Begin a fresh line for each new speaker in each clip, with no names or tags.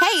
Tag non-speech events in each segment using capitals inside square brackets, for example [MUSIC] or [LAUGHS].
Hey,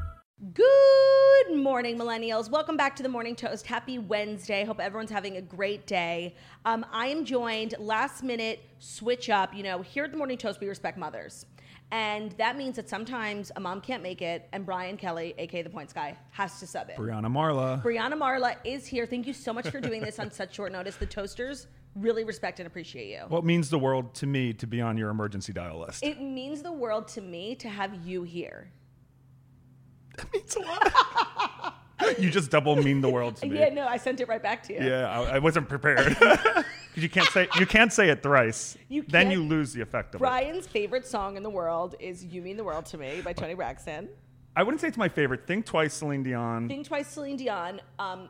Good morning, millennials. Welcome back to the Morning Toast. Happy Wednesday. Hope everyone's having a great day. Um, I am joined last minute switch up. You know, here at the Morning Toast, we respect mothers. And that means that sometimes a mom can't make it, and Brian Kelly, aka the Points Guy, has to sub it.
Brianna Marla.
Brianna Marla is here. Thank you so much for doing this on [LAUGHS] such short notice. The Toasters really respect and appreciate you.
What means the world to me to be on your emergency dial list?
It means the world to me to have you here.
That means a lot. you just double mean the world to
[LAUGHS]
me.
Yeah, no, I sent it right back to you.
Yeah, I, I wasn't prepared. [LAUGHS] 'Cause you can't say you can't say it thrice.
You
then
can't-
you lose the effect of it.
Brian's favorite song in the world is You Mean the World to Me by Tony Braxton.
I wouldn't say it's my favorite. Think twice, Celine Dion.
Think twice, Celine Dion. Um,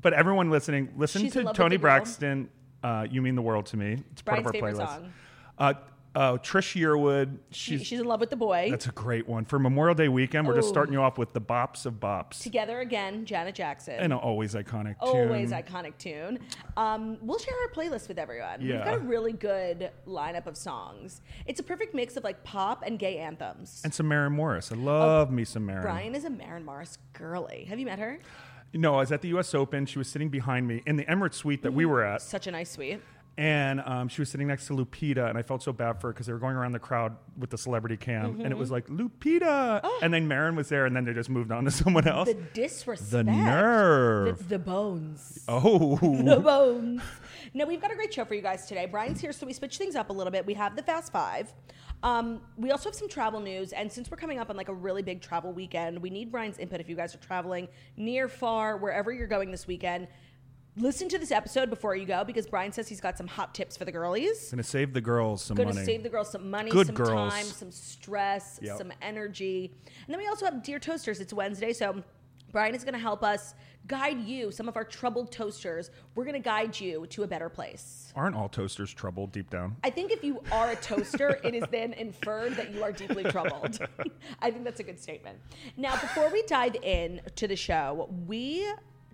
but everyone listening, listen
She's in
to
love with
Tony
the girl.
Braxton. Uh, you mean the world to me. It's
Brian's
part of our
favorite
playlist.
song.
Uh, uh, Trish Yearwood. She's,
she's in love with the boy.
that's a great one for Memorial Day weekend. We're just starting you off with the bops of bops.
Together again, Janet Jackson.
And an always iconic
Always
tune.
iconic tune. Um, we'll share our playlist with everyone. We've
Yeah.
got a really good lineup of songs. It's a perfect mix of like pop and gay anthems.
And Samara Morris. I love me Samara.
Oh, Brian is a Maren Morris girly. Have you met her?
No, I was at the U.S. Open. She was sitting behind me in the Emirates suite that
Mm-hmm.
we were at,
Such a nice suite.
and um, she was sitting next to Lupita, and I felt so bad for her because they were going around the crowd with the celebrity cam, and
Mm-hmm.
it was like Lupita, and then Marin was there, and then they just moved on to [LAUGHS] someone else.
Oh. The disrespect.
nerve.
It's the bones. [LAUGHS] the
oh,
bones. No, we've got a great show for you guys today. Brian's here, so we switch things up a little bit. We have the Fast Five. Um, we also have some travel news, and since we're coming up on like a really big travel weekend, we need Brian's input if you guys are traveling near, far, wherever you're going this weekend. Listen to this episode before you go because Brian says he's got some hot tips for the girlies.
gonna save the girls some
Going to
money.
save the girls some money,
Good
some
girls.
time, some stress,
Yep.
some energy. And then we also have Dear Toasters. It's Wednesday, so Brian is going to help us guide you, some of our troubled toasters. We're going to guide you to a better place.
Aren't all toasters troubled deep down?
I think if you are a toaster, it is then inferred that you are deeply troubled. [LAUGHS] I think that's a good statement. Now, before we dive in to the show, we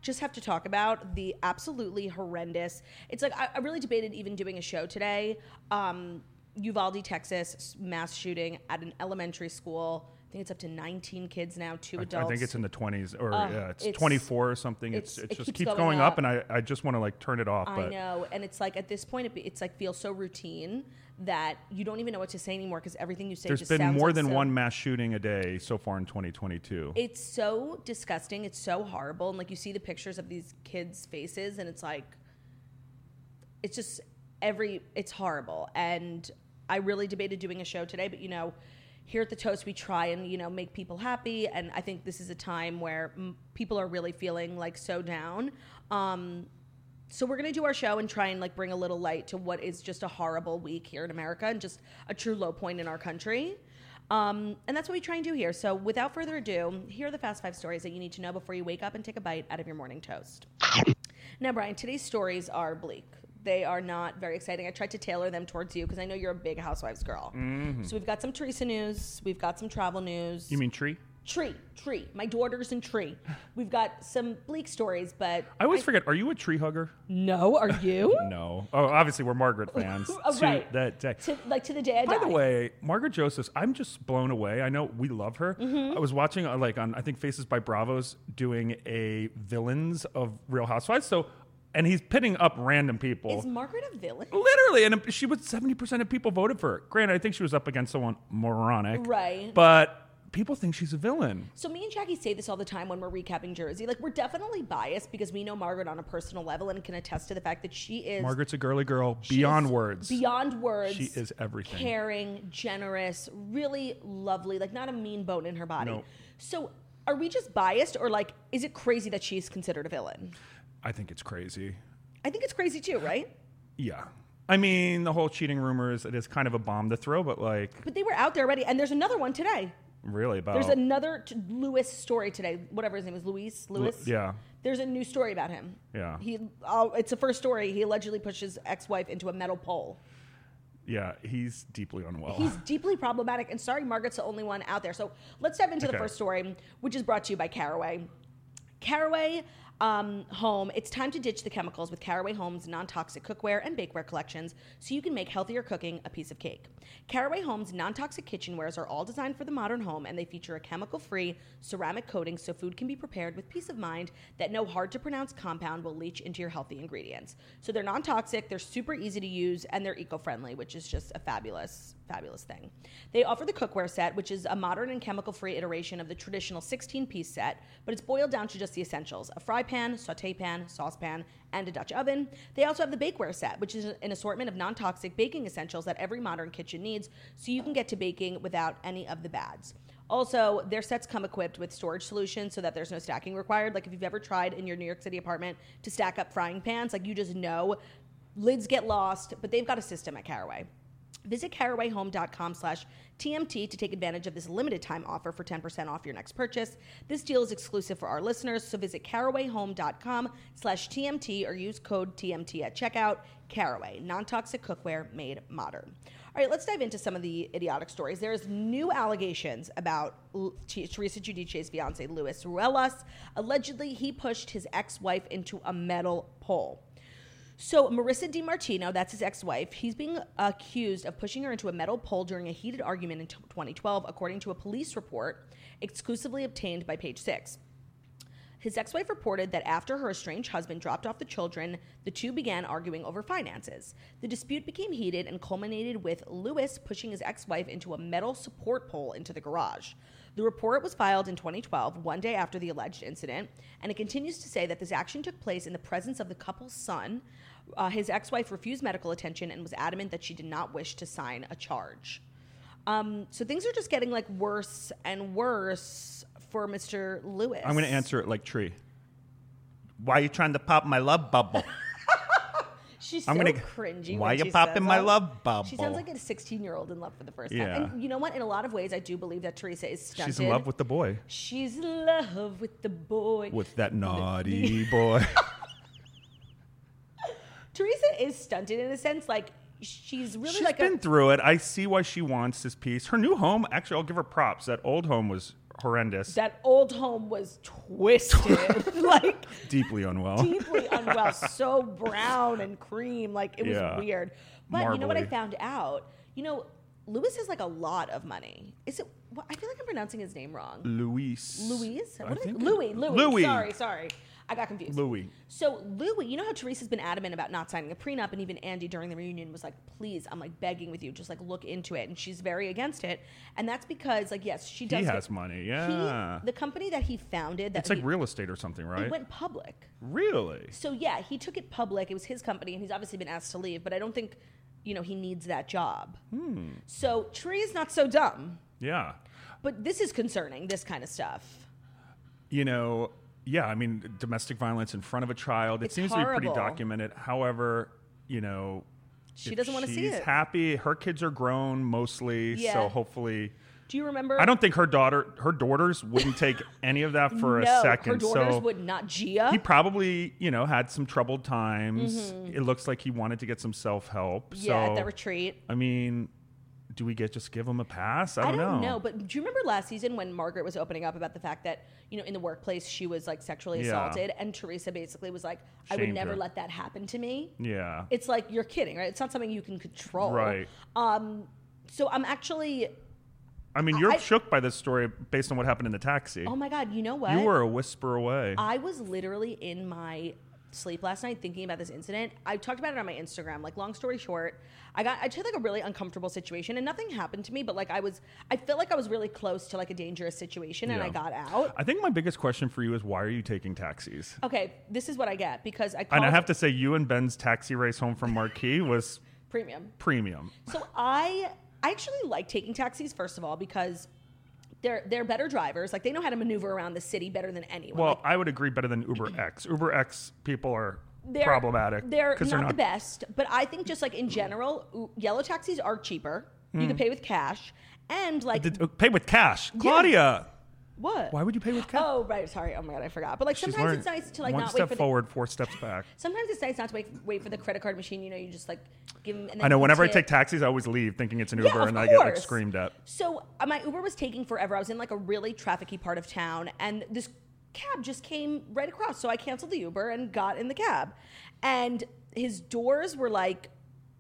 just have to talk about the absolutely horrendous. It's like I, I really debated even doing a show today. Um, Uvalde, Texas, s- mass shooting at an elementary school. I think it's up to 19 kids now, two adults.
I think it's in the 20s, or yeah, it's,
it's-
24 or something. It's,
it's-
it's,
it
just
keeps
keeps,
going
going, up,
up.
and I, I just want to like turn it off.
I
but
know, and it's like at this point, it, be- it's like feels so routine that you don't even know what to say anymore because everything you say
there's
just
been
sounds
more
like
than
so-
one mass shooting a day so far in 2022.
it's so disgusting it's so horrible and like you see the pictures of these kids faces and it's like it's just every it's horrible and i really debated doing a show today but you know here at the toast we try and you know make people happy and i think this is a time where mm, people are really feeling like so down um so we're gonna do our show and try and like bring a little light to what is just a horrible week here in America and just a true low point in our country. Um, and that's what we try and do here. So without further ado, here are the fast five stories that you need to know before you wake up and take a bite out of your morning toast. Now, Brian, today's stories are bleak. They are not very exciting. I tried to tailor them towards you because I know you're a big housewives girl. So we've got some Teresa news, we've got some travel news.
Mm-hmm. you mean tree?
tree, tree. My daughter's in tree. We've got some bleak stories, but
I always forget. Are you a tree hugger?
no, are [LAUGHS] you?
No. Oh, obviously we're Margaret fans.
[LAUGHS] Oh,
to
right.
That day.
to like to the day I
By
die.
the way, Margaret Josephs, I'm just blown away. I know we love her.
Mm-hmm.
I was watching uh, like on I think Faces by Bravos doing a villains of Real Housewives. So, and he's pitting up random people.
is Margaret a villain?
Literally, and she was 70% of people voted for her. Granted, I think she was up against someone moronic.
Right.
But people think she's a villain.
So me and Jackie say this all the time when we're recapping Jersey. Like we're definitely biased because we know Margaret on a personal level and can attest to the fact that she is
Margaret's a girly girl
she
beyond
is
words.
Beyond words.
She is everything.
Caring, generous, really lovely, like not a mean bone in her body.
No.
So are we just biased or like is it crazy that she's considered a villain?
I think it's crazy.
I think it's crazy too, right?
Yeah. I mean, the whole cheating rumor is it is kind of a bomb to throw, but like,
But they were out there already and there's another one today.
really about
There's another t- Lewis story today. Whatever his name is, Luis. Lewis.
yeah.
There's a new story about him.
Yeah.
He. Oh, it's the first story. He allegedly pushed his ex-wife into a metal pole.
yeah, he's deeply unwell.
He's deeply problematic, and sorry, Margaret's the only one out there. So let's dive into the
Okay.
first story, which is brought to you by Caraway. Caraway um, Home. It's time to ditch the chemicals with Caraway Home's non-toxic cookware and bakeware collections, so you can make healthier cooking a piece of cake. Caraway Home's non-toxic kitchenwares are all designed for the modern home, and they feature a chemical-free ceramic coating, so food can be prepared with peace of mind that no hard-to-pronounce compound will leach into your healthy ingredients. So they're non-toxic, they're super easy to use, and they're eco-friendly, which is just a fabulous, fabulous thing. They offer the cookware set, which is a modern and chemical-free iteration of the traditional 16-piece set, but it's boiled down to just the essentials: a fry pan, saute pan, saucepan, and a Dutch oven. They also have the bakeware set, which is an assortment of non-toxic baking essentials that every modern kitchen needs, so you can get to baking without any of the bads. Also, their sets come equipped with storage solutions so that there's no stacking required. Like if you've ever tried in your New York City apartment to stack up frying pans, like you just know lids get lost, but they've got a system at Caraway. Visit carawayhome.com slash TMT to take advantage of this limited time offer for 10% off your next purchase. This deal is exclusive for our listeners, so visit carawayhome.com slash TMT or use code TMT at checkout. Caraway, non toxic cookware made modern. All right, let's dive into some of the idiotic stories. There's new allegations about L- T- Teresa Giudice's fiance, Luis Ruelas. Allegedly, he pushed his ex wife into a metal pole. So Marissa DiMartino, that's his ex-wife, he's being accused of pushing her into a metal pole during a heated argument in t- 2012, according to a police report exclusively obtained by Page Six. His ex wife reported that after her estranged husband dropped off the children, the two began arguing over finances. The dispute became heated and culminated with Lewis pushing his ex wife into a metal support pole into the garage. The report was filed in 2012, one day after the alleged incident, and it continues to say that this action took place in the presence of the couple's son. Uh, his ex wife refused medical attention and was adamant that she did not wish to sign a charge. Um, so things are just getting like worse and worse for Mr. Lewis.
I'm going to answer it like tree. Why are you trying to pop my
[LAUGHS]
love bubble?
She's
I'm
so
gonna-
cringy.
Why
when
you
she
popping
says
my
that.
love
She sounds
bubble?
like a 16 year old in love for the first
Yeah.
time. And you know what? In a lot of ways, I do believe that Teresa is stunted.
She's in love with the boy.
She's in love with the boy.
With
[LAUGHS]
that naughty boy.
Teresa is stunted in a sense, like she's really
She's
like
been
a.
through it. I see why she wants this piece. Her new home, actually, I'll give her props. That old home was horrendous,
that old home was
[LAUGHS]
twisted, [LAUGHS] like
deeply unwell.
deeply unwell, so brown and cream, like it was
Yeah.
weird. But you know what I
Marbly.
found out? You know, Lewis has like a lot of money. Is it? What, I feel like I'm pronouncing his name wrong.
[LAUGHS] Luis.
Louise?
I
What is it?
think-
Louis, Louis.
Louis.
Sorry, sorry. I got confused.
Louis.
So Louis, you know how Teresa's been adamant about not signing a prenup, and even Andy during the reunion was like, "Please, I'm like begging with you, just like look into it." And she's very against it, and that's because like yes, she does.
has money, yeah.
He, the company that he founded, that
It's like
he-
real estate or something,
it
right?
went public.
really?
So yeah, he took it public. It was his company, and he's obviously been asked to leave. But I don't think, you know, he needs that job.
Hmm.
So Tree is not so dumb,
Yeah.
but this is concerning. This kind of stuff.
You know, yeah, I mean, domestic violence in front of a child, it
It's
seems to be
horrible.
pretty documented. However, you know,
She
if
doesn't want to see
she's
it.
happy. Her kids are grown mostly,
Yeah.
so hopefully.
Do you remember?
I don't think her daughter, her daughters wouldn't take any of that for
no,
a second.
Her daughters
so
would not. Gia.
he probably, you know, had some troubled times. It looks like he wanted to get some self help.
Mm-hmm. yeah,
so,
at the retreat.
I mean, do we get just give him a pass? I
I
don't,
don't know. but do you remember last season when Margaret was opening up about the fact that you know in the workplace she was like sexually
Yeah.
assaulted, and Teresa basically was like, "I would
Shamed
never
her.
let that happen to me."
yeah,
It's like you're kidding, right? It's not something you can control,
right.
So I'm actually,
I mean, you're
I-
shook by this story based on what happened in the taxi.
oh my god, you know what?
you were a whisper away.
I was literally in my sleep last night thinking about this incident. I talked about it on my Instagram. Like, long story short, I got I took like a really uncomfortable situation, and nothing happened to me. But like, I was I felt like I was really close to like a dangerous situation, and
Yeah.
I got out.
I think my biggest question for you is why are you taking taxis?
Okay, this is what I get because I called
And I have to say, you and Ben's taxi race home from Marquee [LAUGHS] was
premium.
premium.
So I I actually like taking taxis first of all because they're they're better drivers. Like they know how to maneuver around the city better than anyone.
Well, I would agree better than Uber X. Uber X people are
they're,
problematic.
They're not,
'cause
the best, but I think just like in general, u- yellow taxis are cheaper. You can pay with cash, and like
Mm. Did- uh, pay with cash. Claudia,
what?
why would you pay with cash?
Oh right, sorry. Oh my god, I forgot. But like
She's
sometimes
learning.
it's nice to like
One
not wait
step
for the
forward, four
[LAUGHS]
steps back.
Sometimes it's nice not to wait, wait for the credit card machine. You know, you just like give them. And then
I know.
you can
Whenever I
tip.
take taxis, I always leave thinking it's an
Yeah,
Uber,
of
and I get like
course.
screamed at.
So uh, my Uber was taking forever. I was in like a really trafficy part of town, and this cab just came right across. So I canceled the Uber and got in the cab, and his doors were like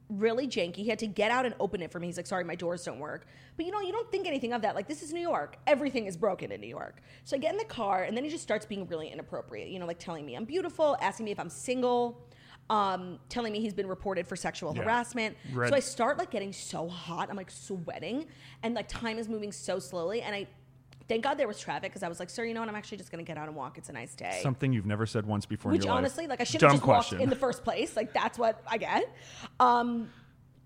really janky. He had to get out and open it for me. He's like, "Sorry, my doors don't work." But you know, you don't think anything of that. Like this is New York. Everything is broken in New York. So I get in the car, and then he just starts being really inappropriate. You know, like telling me I'm beautiful, asking me if I'm single. Um, telling me he's been reported for sexual
Yeah.
harassment.
Red
So I start like getting so hot. I'm like sweating and like time is moving so slowly. And I thank God there was traffic because I was like, sir, you know what? I'm actually just going to get out and walk. It's a nice day.
Something you've never said once before.
Which
in your
honestly,
life.
like I should
Dumb
have just
question.
walked in the first place. Like that's what I get. Um,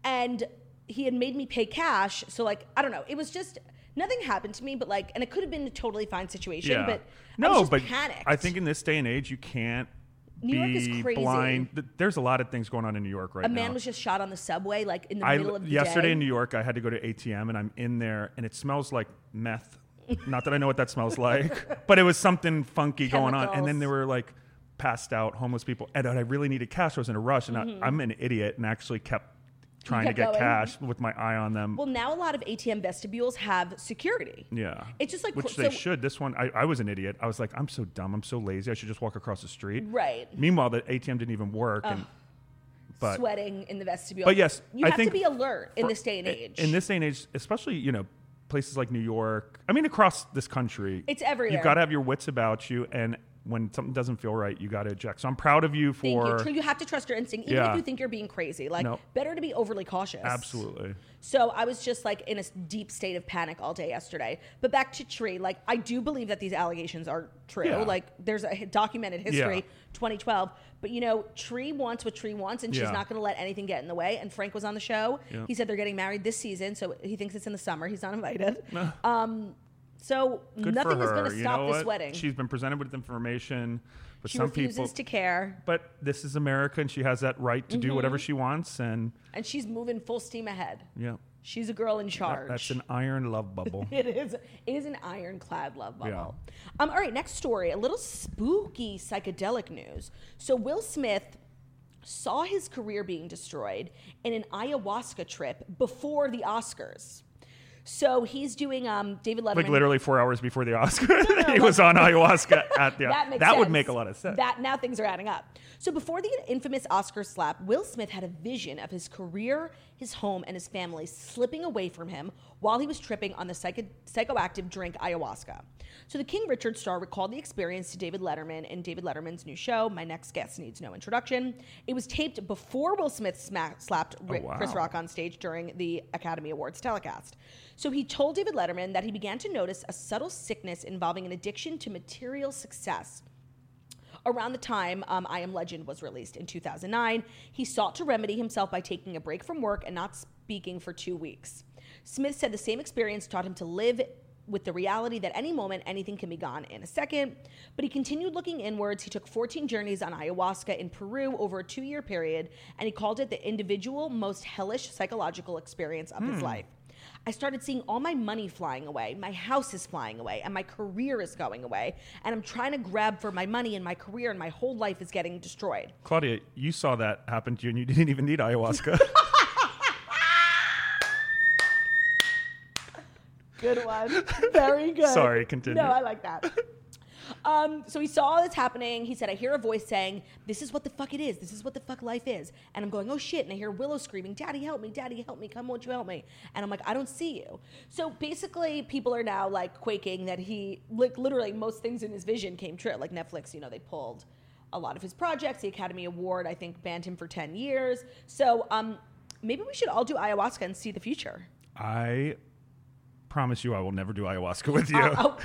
and he had made me pay cash. So like, I don't know. It was just, nothing happened to me, but like, and it could have been a totally fine situation, but
no,
I was just
but
panicked.
I think in this day and age, you can't
New York is
be
crazy.
blind. Th- There's a lot of things going on in New York right
a man
now.
was just shot on the subway, like in the
I,
middle of the
yesterday
day.
in New York, I had to go to ATM, and I'm in there, and it smells like meth. Not that I know what that smells
[LAUGHS]
like, but it was something funky going on. And then
Chemicals.
there were like passed out homeless people, and I really needed cash. I was in a rush, and I, I'm an idiot, and actually kept trying
Mm-hmm. kept
to get
going.
cash with my eye on them.
Well, now a lot of ATM vestibules have security.
yeah,
It's just like
which
so-
they should. This one, I, I was an idiot. I was like, I'm so dumb. I'm so lazy. I should just walk across the street.
Right.
Meanwhile, the ATM didn't even work. and but-
sweating in the vestibule.
But yes,
you
I
have
think
to be alert in
for-
this day and age.
In this day and age, especially you know places like New York. I mean, across this country,
It's everywhere.
You've got to have your wits about you, and when something doesn't feel right, you got to eject. So I'm proud of you
Thank
for
you. You have to trust your instinct, even
Yeah.
if you think you're being crazy. Like,
No.
better to be overly cautious.
absolutely.
So I was just like in a s- deep state of panic all day yesterday. But back to Tree, like I do believe that these allegations are true.
Yeah.
Like there's a hi- documented history,
Yeah.
2012. But you know, Tree wants what Tree wants, and she's
Yeah.
not going to let anything get in the way. And Frank was on the show.
Yeah.
He said they're getting married this season, so he thinks it's in the summer. He's not invited.
[LAUGHS]
um, so
Good
nothing
for
is
her.
going to
you
stop
know
this
what?
wedding.
She's been presented with information, but
she
some
refuses
people.
to care,
but this is America, and she has that right to do
Mm-hmm.
whatever she wants, and
and she's moving full steam ahead.
yeah,
She's a girl in charge.
that's an iron love bubble.
[LAUGHS] It is. It is an ironclad love bubble.
Yeah.
Um. All right. Next story. A little spooky psychedelic news. So Will Smith saw his career being destroyed in an ayahuasca trip before the Oscars. So he's doing um David Letterman.
Like literally four hours before the [LAUGHS] Oscars,
no,
he was
[LAUGHS]
on ayahuasca at the.
That makes
would
sense.
make a lot of sense.
That now things are adding up. So before the infamous Oscar slap, Will Smith had a vision of his career, his home, and his family slipping away from him while he was tripping on the psycho- psychoactive drink ayahuasca. So the King Richard star recalled the experience to David Letterman in David Letterman's new show, My Next Guest Needs No Introduction. It was taped before Will Smith sma- slapped Ri-
wow.
Chris Rock on stage during the Academy Awards telecast. So he told David Letterman that he began to notice a subtle sickness involving an addiction to material success. Around the time um, I Am Legend was released in 2009, he sought to remedy himself by taking a break from work and not speaking for two weeks. Smith said the same experience taught him to live with the reality that any moment anything can be gone in a second. But he continued looking inwards. He took 14 journeys on ayahuasca in Peru over a two year period, and he called it the individual most hellish psychological experience of his life. I started seeing all my money flying away, my house is flying away, and my career is going away. And I'm trying to grab for my money and my career, and my whole life is getting destroyed.
Claudia, you saw that happen to you, and you didn't even
[LAUGHS]
need ayahuasca.
Good one.
[LAUGHS]
Very good.
Sorry, continue.
No, I like that. Um, so he saw all this happening. He said, I hear a voice saying, This is what the fuck it is. This is what the fuck life is. And I'm going, Oh shit. And I hear Willow screaming, Daddy, help me. Daddy, help me. Come, won't you help me? And I'm like, I don't see you. So basically, people are now like quaking that he, like, literally, most things in his vision came true. Like Netflix, you know, they pulled a lot of his projects. The Academy Award, I think, banned him for 10 years. So um, maybe we should all do ayahuasca and see the future.
I promise you, I will never do ayahuasca with you.
Oh,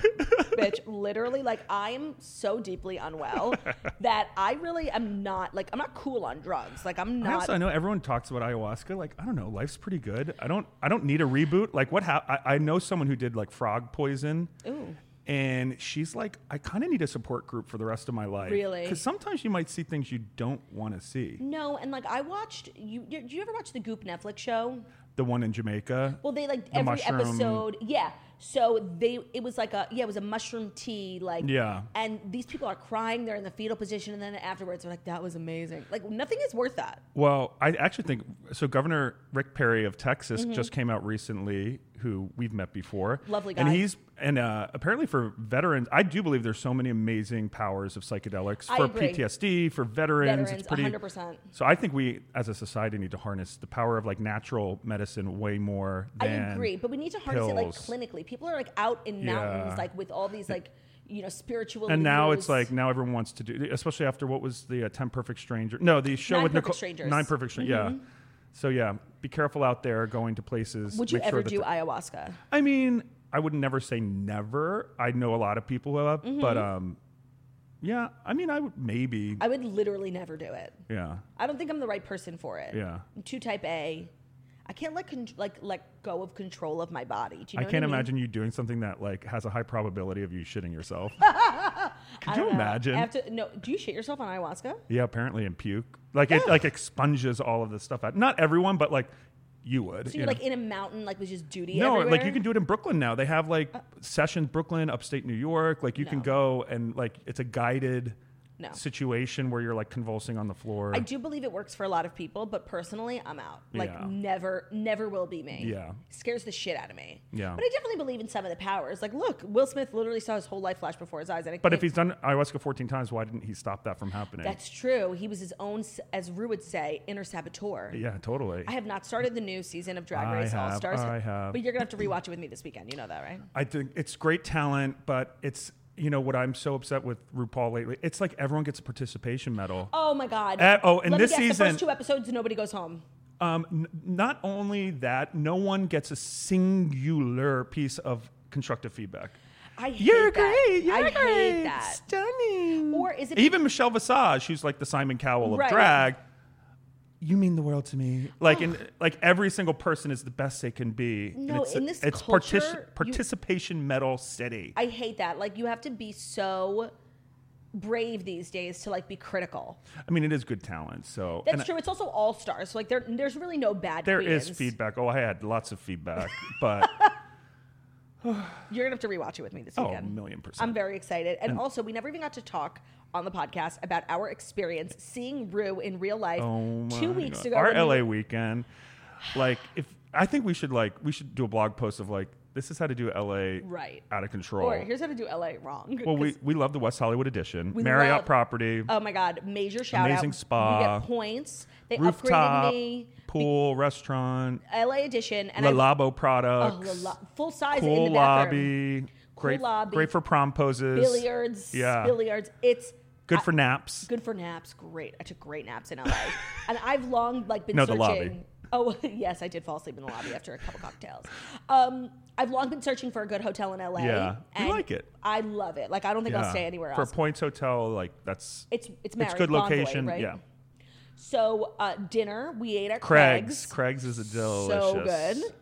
bitch, literally, like I'm so deeply
[LAUGHS]
unwell that I really am not like I'm not cool on drugs. Like I'm
I
not.
also, I know everyone talks about ayahuasca. Like, I don't know, life's pretty good. I don't, I don't need a reboot. Like, what? hap I, I know someone who did like frog poison,
Ooh.
and she's like, I kind of need a support group for the rest of my life.
Really?
Because sometimes you might see things you don't want to see.
No, and like I watched you. you- Do you ever watch the Goop Netflix show?
The one in Jamaica.
Well, they like
The
every
mushroom-
episode. Yeah. So they it was like a yeah, it was a mushroom tea like
Yeah.
and these people are crying, they're in the fetal position and then afterwards they're like that was amazing. Like nothing is worth that.
Well, I actually think so. Governor Rick Perry of Texas
Mm-hmm.
just came out recently, who we've met before.
Lovely
And
guy.
he's and uh, apparently for veterans, I do believe there's so many amazing powers of psychedelics
I
for
agree.
PTSD for veterans.
Veterans,
it's pretty.
100%.
So I think we, as a society, need to harness the power of like natural medicine way more. Than
I agree, but we need to harness
pills.
it like clinically. People are like out in mountains
Yeah.
like with all these
[LAUGHS]
like you know spiritual
And now it's
leaders.
like now everyone wants to do, especially after what was the uh, ten perfect stranger? No, the show
Nine
with
Perfect
Nicole
Strangers. Mm-hmm.
Nine perfect strangers. Yeah. So yeah, be careful out there going to places.
would you
Make sure
ever
that
do
the-
ayahuasca?
I mean, I would never say never. I know a lot of people who have,
Mm-hmm.
but um, yeah. I mean, I would maybe.
I would literally never do it.
yeah,
I don't think I'm the right person for it.
yeah.
I'm too type A. I can't let con- like let go of control of my body. Do you know
I
what
can't
mean?
imagine you doing something that like has a high probability of you shitting
[LAUGHS]
yourself. Could you
don't know.
imagine?
After no, do you shit yourself on ayahuasca?
yeah, apparently in puke, like it like expunges all of this stuff out. Not everyone, but like you would.
So
you
you're
know?
like in a mountain, like with just duty.
no,
everywhere? Uh,
like you can do it in Brooklyn now. They have like sessions Brooklyn, upstate New York. Like you can
No.
go and like it's a guided
No.
situation where you're like convulsing on the floor.
I do believe it works for a lot of people, but personally, I'm out. Like
Yeah.
never, never will be me.
Yeah.
scares the shit out of me.
Yeah.
but I definitely believe in some of the powers. Like, look, Will Smith literally saw his whole life flash before his eyes, and it
But if
can't-
he's done ayahuasca 14 times, why didn't he stop that from happening?
that's true, he was his own, s- as Rue would say, inner saboteur.
yeah, totally.
I have not started the new season of Drag
I
Race All
have,
Stars.
I have.
But you're gonna have to rewatch it with me this weekend. You know that, right?
I think it's great talent, but it's, you know, what I'm so upset with RuPaul lately. It's like everyone gets a participation medal.
Oh my God.
Uh, oh, and
Let me
this
guess, the
season-
first two episodes, nobody goes home.
Um, n- not only that, no one gets a singular piece of constructive feedback.
I hate
You're
that.
great. You're
I
great.
hate that.
Stunning.
Or is it-
even Michelle Visage, who's like the Simon Cowell of
Right.
drag? You mean the world to me. Like in like every single person is the best they can be. And
No,
it's
in this
it's
culture,
partici-
you-
participation medal city.
I hate that. Like you have to be so brave these days to like be critical.
I mean, it is good talent. So
That's
and
true. It's also all stars. So like there, there's really no bad.
There is
queens.
feedback. Oh, I had lots of
[LAUGHS]
feedback, but
You're gonna have to rewatch it with me this
Oh,
weekend.
a million percent.
I'm very excited, and, also we never even got to talk on the podcast about our experience seeing Rue in real life
Oh
two
my
weeks
God.
ago.
Our
when we
LA
were-
weekend. Like if I think we should like we should do a blog post of like this is how to do LA
Right.
out of control.
Or here's how to do LA wrong.
well, we
'cause-
we love the West Hollywood edition.
We
Marriott
love-
property,
Oh my God! Major shout out.
Amazing spa.
You get points. They upgraded
rooftop,
me.
pool, restaurant,
LA edition and
La
I-
Labo
Oh,
products.
La La- full size in
Cool
the bathroom.
lobby. Great,
lobby.
great for prom poses.
billiards,
Yeah.
billiards. It's
Good for naps.
good for naps. Great. I took great naps
[LAUGHS]
in LA, and I've long like been
No, the
searching.
lobby.
Oh [LAUGHS] yes, I did fall asleep in the lobby after a couple cocktails. Um, I've long been searching for a good hotel in LA.
Yeah. We
and
like it.
I love it. Like I don't think I'll stay anywhere
For
else.
Points Hotel, like that's
It's- it's Marriott,
good
Bonvoy,
location.
right?
Yeah.
so uh, dinner we ate at Craig's.
Craig's. Craig's is a delicious.
so good.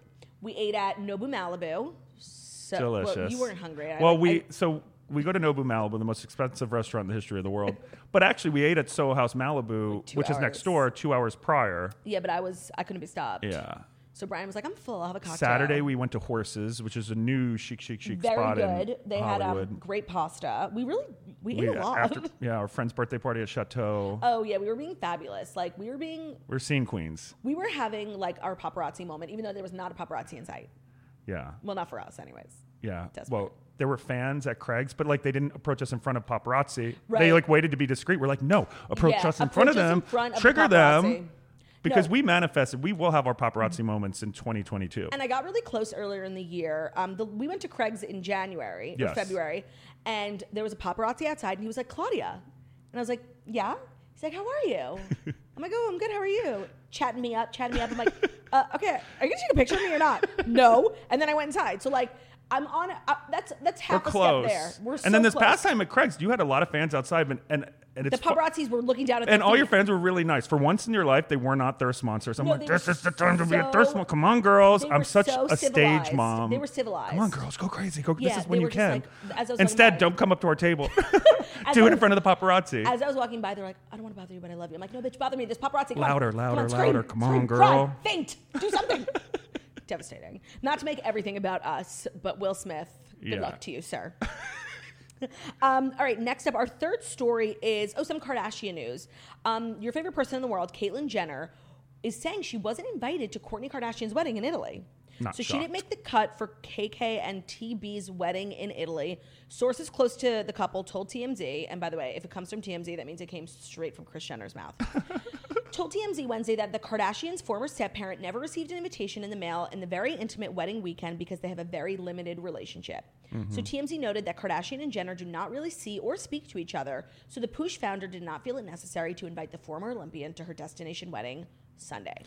We ate at Nobu Malibu. So well,
delicious.
you weren't hungry. I-
well,
I-
we so we go to Nobu Malibu, the most expensive restaurant in the history of the world. but actually, we ate at Soho House Malibu,
two
which is next
hours.
door, two hours prior.
yeah, but I was I couldn't be stopped.
Yeah.
So Brian was like, "I'm full. I'll have a cocktail."
Saturday we went to Horses, which is a new chic, chic, chic
very
spot
good.
in
They
Hollywood.
had um, great pasta. We really we,
We-
ate a lot. [LAUGHS]
after- yeah, our friend's birthday party at Chateau.
oh yeah, we were being fabulous. Like we were being
We're seeing Queens.
we were having like our paparazzi moment, even though there was not a paparazzi in sight.
Yeah,
Well, not for us, anyways.
yeah.
Desperate.
Well, there were fans at Craig's, but like they didn't approach us in front of paparazzi. They
Right.
like waited to be discreet. We're like, no, approach
Yeah,
us in front
approach
of
us in
them,
front of the
trigger them,
paparazzi. No.
because
Mm-hmm.
we manifested. We will have our paparazzi moments in 2022.
And I got really close earlier in the year. Um, the, we went to Craig's in January
Yes.
or February, and there was a paparazzi outside, and he was like, "Claudia," and I was like, yeah. He's like, how are
[LAUGHS]
you? I'm like, oh, I'm good. How are you? Chatting me up, chatting me up. I'm like, uh, okay, are you gonna take a picture of me or
[LAUGHS]
not? no. And then I went inside. So like, I'm on. Uh, that's that's
We're
half a
close.
step there. We're so
and then this
close.
past time at Craig's, you had a lot of fans outside, and and, and
the
it's fu-
paparazzis were looking down at
and
the
all your
feet.
fans were really nice. For once in your life, they were not thirst monsters. I'm
No,
like,
they were
this is the time to be a
so-
thirst monster. Come on, girls.
they
I'm
were
such
so
a
civilized.
stage mom.
They were civilized.
Come on, girls, go crazy. Go.
Yeah,
this is
they
when you
were just
can.
like- as I was going
Instead,
by-
don't come up to our table.
[LAUGHS] As
[LAUGHS]
I
Do it in
was-
front of the paparazzi.
As I was walking by, they're like, I don't want to bother you, but I love you. I'm like, no, bitch, bother me. There's paparazzi. Come on.
Louder,
Come
louder,
on, scream,
louder. Come on,
scream,
girl.
Cry, faint. Do something. [LAUGHS] Devastating. Not to make everything about us, but Will Smith, good
Yeah.
luck to you, sir. um, all right, next up, our third story is oh, some Kardashian news. Um, your favorite person in the world, Caitlyn Jenner, is saying she wasn't invited to Kourtney Kardashian's wedding in Italy.
Not
so she
shocked.
didn't make the cut for KK and TB's wedding in Italy. Sources close to the couple told TMZ, and by the way, if it comes from TMZ, that means it came straight from Chris Jenner's mouth. [LAUGHS] told TMZ Wednesday that the Kardashians' former step parent never received an invitation in the mail in the very intimate wedding weekend because they have a very limited relationship.
Mm-hmm.
So TMZ noted that Kardashian and Jenner do not really see or speak to each other, so the Poosh founder did not feel it necessary to invite the former Olympian to her destination wedding Sunday.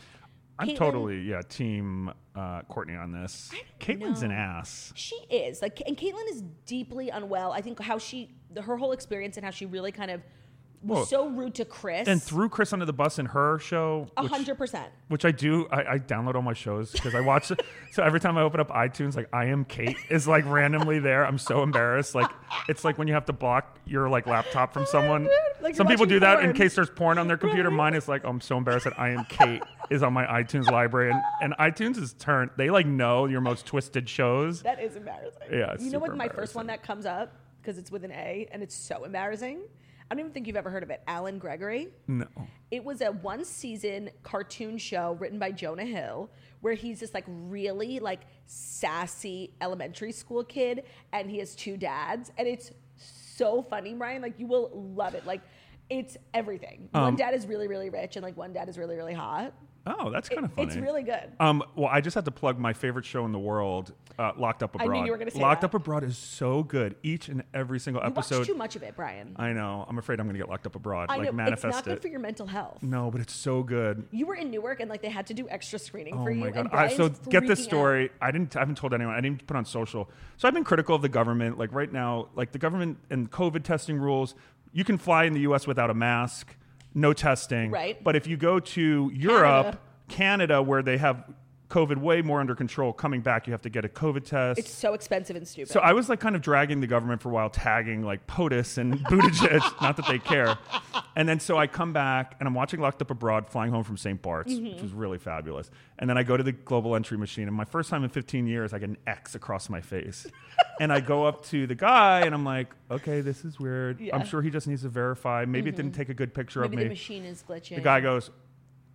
I'm
Caitlyn-
totally yeah, team uh, Courtney on this. Caitlyn's an
know.
ass.
She is like, and Caitlyn is deeply unwell. I think how she, her whole experience, and how she really kind of was
Well,
so rude to Chris.
And threw Chris under the bus in her show.
a
which-
hundred percent.
which I do. I, I download all my shows because I watch [LAUGHS] it. So every time I open up iTunes, like I am Kate is like randomly there. I'm so embarrassed. Like it's like when you have to block your like laptop from someone.
dude, Oh like
Some
you're
people
watching
do that in
porn.
case there's porn on their computer. Mine is like oh, I'm so embarrassed that I am Kate is on my iTunes library, and, and iTunes is turned. They like know your most twisted shows.
That is embarrassing.
Yeah, it's
you know what?
super
My first one that comes up because it's with an A, and it's so embarrassing. I don't even think you've ever heard of it. Alan Gregory.
No.
It was a one season cartoon show written by Jonah Hill where he's this like really like sassy elementary school kid and he has two dads and it's so funny, Brian. Like you will love it. Like it's everything.
Um,
one dad is really, really rich and like one dad is really, really hot.
Oh, that's kind of funny.
It's really good.
Um, well, I just had to plug my favorite show in the world, uh, Locked Up
I knew
Abroad.
you were gonna say
Locked
that.
Up Abroad is so good. Each and every single
You
episode.
watch too much of it, Brian.
I know. I'm afraid I'm going to get locked up abroad.
I
like
know
manifest
it's not good
it.
for your mental health.
no, but it's so good.
You were in Newark and like they had to do extra screening
Oh
for you.
my god!
And
I,
Brian's
so get this
freaking out.
story. I didn't. I haven't told anyone. I didn't put on social. So I've been critical of the government. Like right now, like the government and COVID testing rules. You can fly in the U.S. without a mask, no testing.
Right.
But if you go to Europe, Canada, where they have COVID way more under control, coming back you have to get a COVID test.
It's so expensive and stupid.
So I was like kind of dragging the government for a while, tagging like POTUS and [LAUGHS] Buttigieg, not that they care. And then so I come back and I'm watching Locked Up Abroad, flying home from St. Bart's,
Mm-hmm.
which was really fabulous. And then I go to the global entry machine, and my first time in 15 years, I get an X across my
[LAUGHS]
face. and I go up to the guy, and I'm like, okay, this is weird.
Yeah. Mm-hmm.
I'm sure he just needs to verify. Maybe it didn't take a good picture
Maybe
of me.
the machine is glitching.
The guy goes,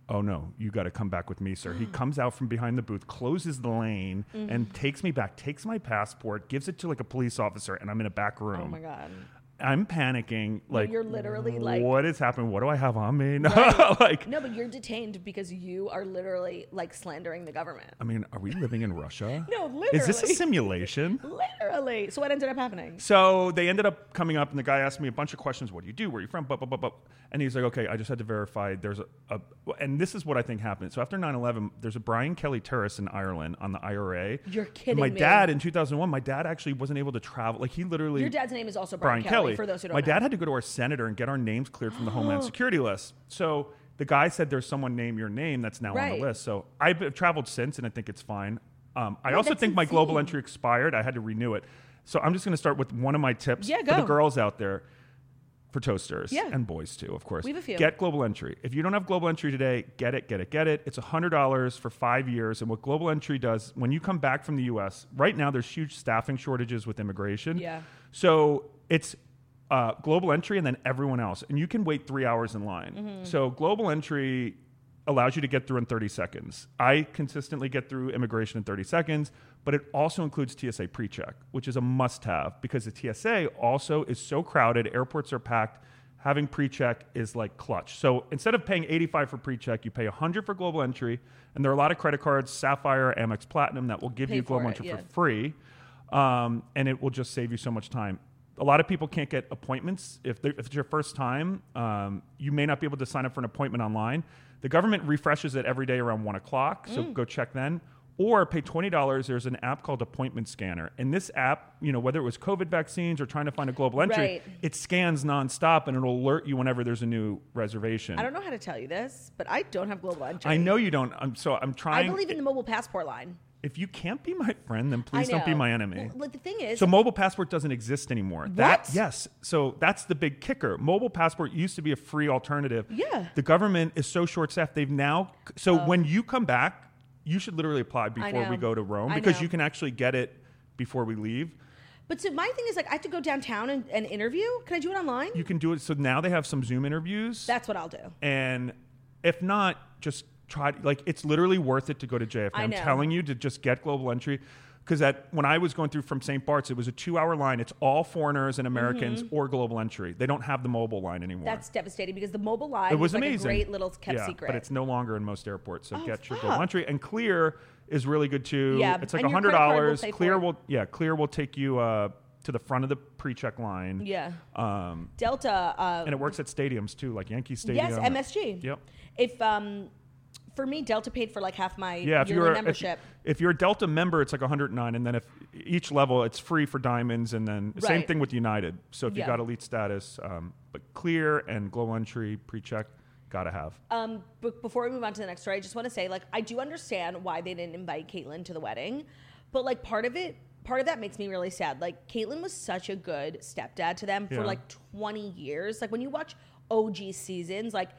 Oh no, you got to come back with me, sir.
[GASPS]
He comes out from behind the booth, closes the lane,
Mm-hmm.
and takes me back, takes my passport, gives it to like a police officer, and I'm in a back room.
Oh my god.
I'm panicking. Like,
you're literally, like-
What is happening? What do I have on me? [LAUGHS] No, like,
No, but you're detained because you are literally like slandering the government.
I mean, are we living in Russia?
[LAUGHS] No,
Is this a
literally.
simulation?
Literally. So what ended up happening?
So they ended up coming up, and the guy asked me a bunch of questions. What do you do? Where are you from? Blah, blah, blah, blah. And he's like, okay, I just had to verify there's a, a and this is what I think happened. So after 9 11, there's a Brian Kelly terrace in Ireland on the IRA.
You're
And
kidding
my
me.
dad in 2001, my dad actually wasn't able to travel. Like, he literally.
Your dad's name is also
Brian, Kelly.
For those who don't
my
know.
dad had to go to our senator and get our names cleared from the
Oh.
Homeland Security list. So the guy said there's someone name your name that's now on
Right.
the list. So I've uh, traveled since, and I think it's fine. Um, I also
that's
think my global
insane.
entry expired. I had to renew it. So I'm just going to start with one of my tips
Yeah,
for the
go.
girls out there. For toasters
Yeah.
and boys too, of course.
We have a few.
Get global entry. If you don't have global entry today, get it, get it, get it. It's $100 for five years. And what global entry does, when you come back from the US, right now there's huge staffing shortages with immigration.
Yeah.
So it's uh, global entry and then everyone else. And you can wait three hours in line.
Mm-hmm.
So global entry allows you to get through in 30 seconds. I consistently get through immigration in 30 seconds, but it also includes TSA pre check, which is a must have because the TSA also is so crowded, airports are packed. Having pre-check is like clutch. So instead of paying 85 for pre-check, you pay 100 for global entry, and there are a lot of credit cards, Sapphire, Amex Platinum, that will give
Pay
you
for
global
it,
entry
yeah.
for free, um, and it will just save you so much time. a lot of people can't get appointments if, they- if it's your first time. Um, you may not be able to sign up for an appointment online. The government refreshes it every day around one o'clock,
Mm.
so go check then. Or pay twenty dollars. There's an app called Appointment Scanner, and this app, you know, whether it was COVID vaccines or trying to find a global entry,
Right.
it scans nonstop and it'll alert you whenever there's a new reservation.
I don't know how to tell you this, but I don't have global entry.
I know you don't. I'm so I'm
I
trying.
believe in the mobile passport line.
if you can't be my friend, then
I
please don't be
know.
my enemy.
Well, but the thing is,
So mobile passport doesn't exist anymore. That
What?
yes. So that's the big kicker. Mobile passport used to be a free alternative.
Yeah. Oh.
The government is so short staffed. They've now so when you come back, you should literally apply before
know.
we go to Rome
I
because
know.
you can actually get it before we leave.
but so my thing is like I have to go downtown and, and interview. Can I do it online?
You can do it. So now they have some Zoom interviews.
That's what I'll do.
and if not, just try. Like it's literally worth it to go to JFK.
I
I'm
know.
telling you to just get global entry because that when I was going through from St. Bart's, it was a two-hour line. It's all foreigners and Americans or global entry. They don't have the mobile line anymore.
Mm-hmm. That's devastating because the mobile line
it was,
like
amazing.
a great little kept
yeah,
secret. Oh,
but it's no longer in most airports. So get your
fuck.
global entry and Clear is really good too.
Yeah,
it's like
and your
hundred
credit card will
dollars.
pay for
Clear
it.
will yeah, Clear will take you uh, to the front of the pre-check line.
yeah.
Um,
Delta. Uh,
and it works at stadiums too, like Yankee Stadium.
yes, MSG.
Yep.
If um, for me, Delta paid for like half my
Yeah, if
yearly
you're
membership.
If, if you're a Delta member, it's like 109, and then if each level, it's free for diamonds, and then same
Right.
thing with United. So if
Yeah.
you got elite status, um, but clear and global entry pre-check, gotta have.
Um, but before we move on to the next story, I just want to say, like, I do understand why they didn't invite Caitlyn to the wedding, but like, part of it, part of that makes me really sad. Like, Caitlyn was such a good stepdad to them for
Yeah.
like 20 years. Like, when you watch OG seasons, like,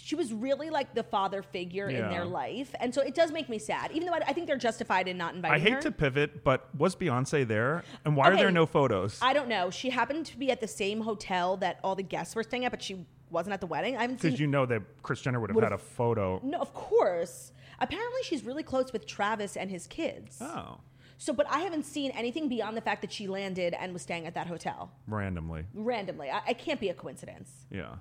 she was really like the father figure in
Yeah.
their life, and so it does make me sad. Even though I, I think they're justified in not inviting
I hate
her.
to pivot, but was Beyonce there? And why are there
Okay.
no photos?
I don't know. She happened to be at the same hotel that all the guests were staying at, but she wasn't at the wedding. I haven't seen
Because you know that Chris Jenner would have had a photo.
No, of course. Apparently, she's really close with Travis and his kids.
Oh,
So, but I haven't seen anything beyond the fact that she landed and was staying at that hotel
randomly.
randomly. I, I can't be a coincidence.
Yeah.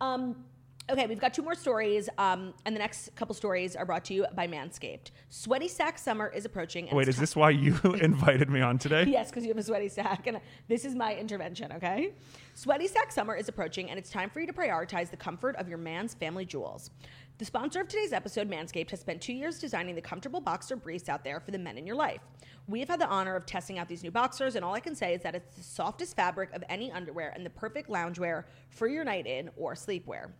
Um, okay, we've got two more stories, um, and the next couple stories are brought to you by Manscaped. Sweaty sack summer is approaching. And
Wait,
it's
is this why you [LAUGHS] invited me
[LAUGHS]
on today?
Yes, because you have a sweaty sack. And this is my intervention, okay? Sweaty sack summer is approaching, and it's time for you to prioritize the comfort of your man's family jewels. The sponsor of today's episode, Manscaped, has spent two years designing the comfortable boxer briefs out there for the men in your life. We have had the honor of testing out these new boxers, and all I can say is that it's the softest fabric of any underwear and the perfect loungewear for your night in or sleepwear.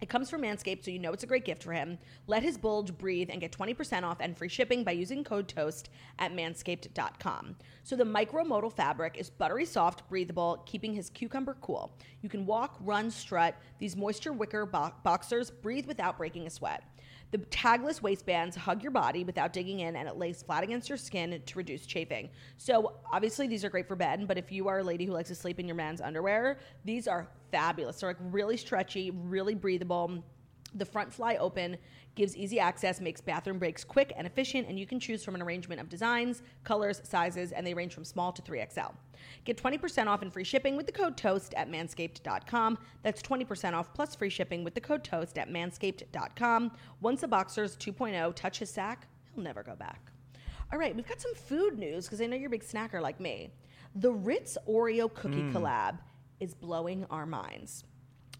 It comes from Manscaped, so you know it's a great gift for him. Let his bulge breathe and get 20% off and free shipping by using code TOAST at manscaped.com. So the micromodal fabric is buttery soft, breathable, keeping his cucumber cool. You can walk, run, strut. These moisture wicker bo- boxers breathe without breaking a sweat. The tagless waistbands hug your body without digging in and it lays flat against your skin to reduce chafing. So, obviously, these are great for men, but if you are a lady who likes to sleep in your man's underwear, these are fabulous. They're like really stretchy, really breathable. The front fly open gives easy access, makes bathroom breaks quick and efficient, and you can choose from an arrangement of designs, colors, sizes, and they range from small to 3XL. Get 20% off and free shipping with the code TOAST at manscaped.com. That's 20% off plus free shipping with the code TOAST at manscaped.com. Once the Boxers 2.0 touch his sack, he'll never go back. All right, we've got some food news because I know you're a big snacker like me. The Ritz Oreo cookie collab is blowing our minds.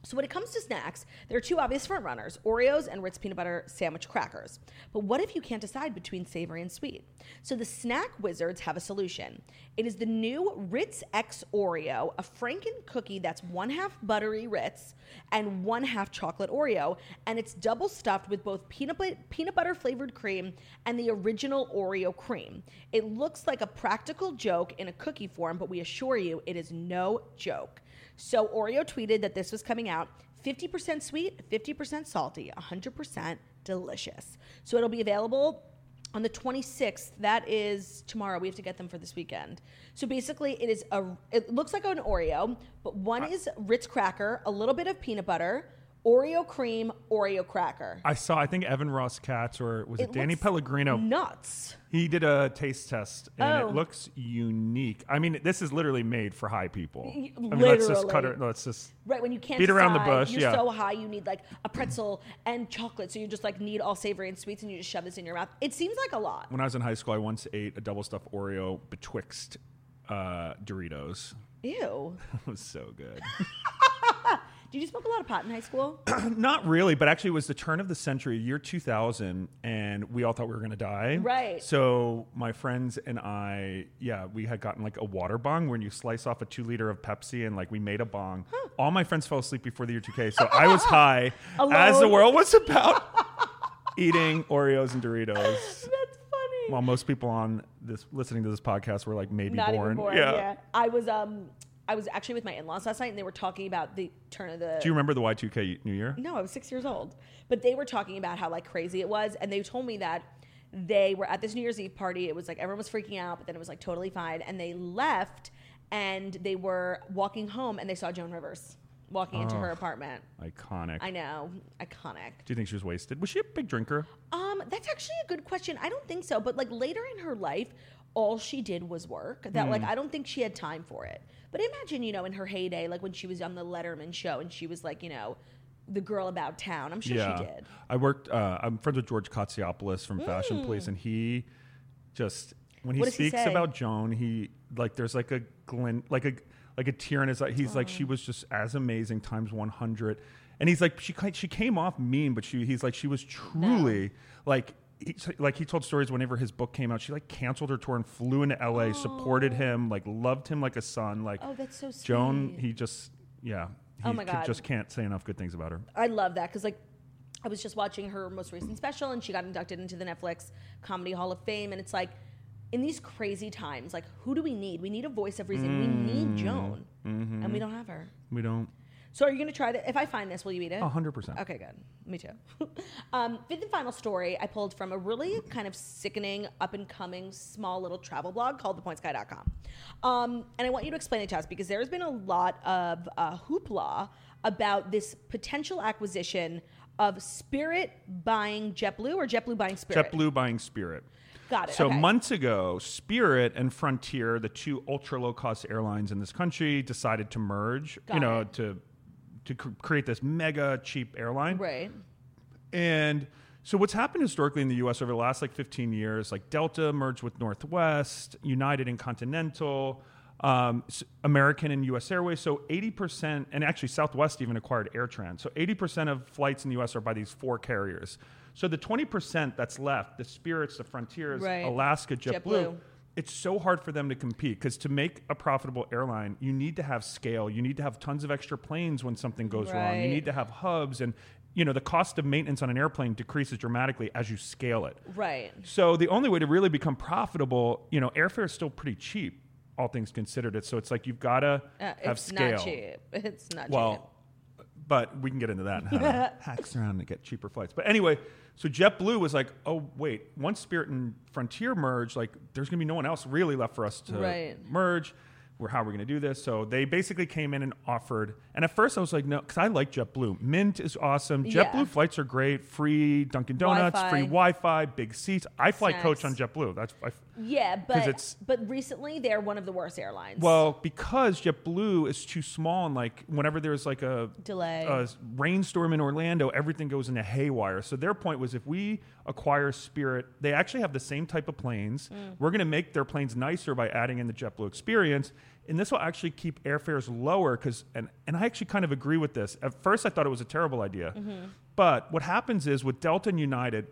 So when it comes to snacks, there are two obvious front runners, Oreos and Ritz peanut butter sandwich crackers. But what if you can't decide between savory and sweet? So the snack wizards have a solution. It is the new Ritz X Oreo, a Franken cookie that's one half buttery Ritz and one half chocolate Oreo, and it's double stuffed with both peanut butter, peanut butter flavored cream and the original Oreo cream. It looks like a practical joke in a cookie form, but we assure you it is no joke. So Oreo tweeted that this was coming out 50% sweet, 50% salty, 100% delicious. So it'll be available on the 26th. That is tomorrow. We have to get them for this weekend. So basically it is a it looks like an Oreo, but one is Ritz cracker, a little bit of peanut butter, Oreo cream, Oreo cracker.
I saw. I think Evan Ross Katz or was it,
It
Danny
looks
Pellegrino?
Nuts.
He did a taste test and
Oh.
it looks unique. I mean, this is literally made for high people.
Y-
I mean, let's just cut
literally.
it. Let's just.
Right when you can't
Beat around the
decide,
bush,
You're
yeah.
so high, you need like a pretzel and chocolate, so you just like need all savory and sweets, and you just shove this in your mouth. It seems like a lot.
When I was in high school, I once ate a double stuffed Oreo betwixt uh, Doritos. [LAUGHS]
Ew.
That was so good.
Did you smoke a lot of pot in high
[COUGHS]
school?
Not really, but actually, it was the turn of the century, year 2000, and we all thought we were going to die.
Right.
So, my friends and I, yeah, we had gotten like a water bong when you slice off a two liter of Pepsi and like we made a bong. All my friends fell asleep before the year 2K. So, I
[LAUGHS]
was high as the
Alone.
world was about eating Oreos
[LAUGHS]
and Doritos.
That's funny.
While most people on this listening to this podcast were like maybe
Not
born.
even born. Yeah. I was um I was actually with my in-laws last night and they were talking about the turn of the
Do you remember the Y2K New Year?
No, I was 6 years old. But they were talking about how like crazy it was and they told me that they were at this New Year's Eve party. It was like everyone was freaking out, but then it was like totally fine and they left and they were walking home and they saw Joan Rivers walking into her apartment.
Iconic.
I know, iconic.
Do you think she was wasted? Was she a big drinker?
Um, that's actually a good question. I don't think so, but like later in her life, all she did was work. That like I don't think she had time for it. But imagine, you know, in her heyday, like when she was on the Letterman show and she was like, you know, the girl about town. I'm sure she did. Mm.
I worked. Uh, I'm friends with George Katsiopoulos from Fashion Police, and he just when he
What does he
speaks
say?
about Joan, he like there's like a glint, like a like a tear in his eye. He's like she was just as amazing times 100, and he's like she ki- she came off mean, but she he's like she was truly like. He, like he told stories whenever his book came out, she like canceled her tour and flew into LA, supported him, like loved him like a son. Like
Oh, that's so
Joan,
sweet.
he just yeah, he
Oh my
could-
God.
just can't say enough good things about her.
I love that because like I was just watching her most recent special and she got inducted into the Netflix Comedy Hall of Fame and it's like in these crazy times, like who do we need? We need a voice of reason. We
Mm-hmm.
need Joan, and we don't have her.
We don't
So are you gonna try that? If I find this, will you eat it?
a hundred percent.
Okay, good. Me too. [LAUGHS] um, fifth and final story I pulled from a really kind of sickening, up and coming, small little travel blog called thepointsguy.com. Um, and I want you to explain it to us because there's been a lot of uh, hoopla about this potential acquisition of Spirit buying JetBlue or JetBlue buying Spirit.
JetBlue buying Spirit.
Got it.
So
okay.
months ago, Spirit and Frontier, the two ultra low cost airlines in this country, decided to merge. you
Got
know,
it.
to to cr- create this mega cheap airline.
Right.
And so what's happened historically in the US over the last like 15 years, like Delta merged with Northwest, United and Continental, um, s- American and US Airways. So 80%, and actually Southwest even acquired AirTran. So 80% of flights in the US are by these four carriers. So the 20% that's left, the Spirits, the Frontiers,
Right.
Alaska, JetBlue,
JetBlue.
it's so hard for them to compete because to make a profitable airline, you need to have scale. You need to have tons of extra planes when something goes wrong. You
Right.
need to have hubs, and you know the cost of maintenance on an airplane decreases dramatically as you scale it.
Right.
So the only way to really become profitable, you know, airfare is still pretty cheap, all things considered. It so it's like you've got to
Uh,
have
it's
scale.
not cheap. It's not cheap.
Well, but we can get into that. and how
[LAUGHS]
to hacks around to get cheaper flights. But anyway, so JetBlue was like, oh wait, once Spirit and Frontier merge, like there's gonna be no one else really left for us to
Right.
merge. We're how are we gonna do this? So they basically came in and offered. And at first I was like, no, because I like JetBlue. Mint is awesome. JetBlue
Yeah.
flights are great. Free Dunkin' Donuts, free
Wi-Fi.
Wi-Fi, big seats. I fly coach on
Snacks.
JetBlue. That's I,
Yeah,
'Cause
but
it's-
but recently they're one of the worst airlines.
well, because JetBlue is too small, and like whenever there's like a
Delay.
a s- rainstorm in Orlando, everything goes into haywire. So their point was, if we acquire Spirit, they actually have the same type of planes. We're going to make their planes nicer by adding in the JetBlue experience, and this will actually keep airfares lower. Because and and I actually kind of agree with this. At first, I thought it was a terrible idea, but what happens is with Delta and United,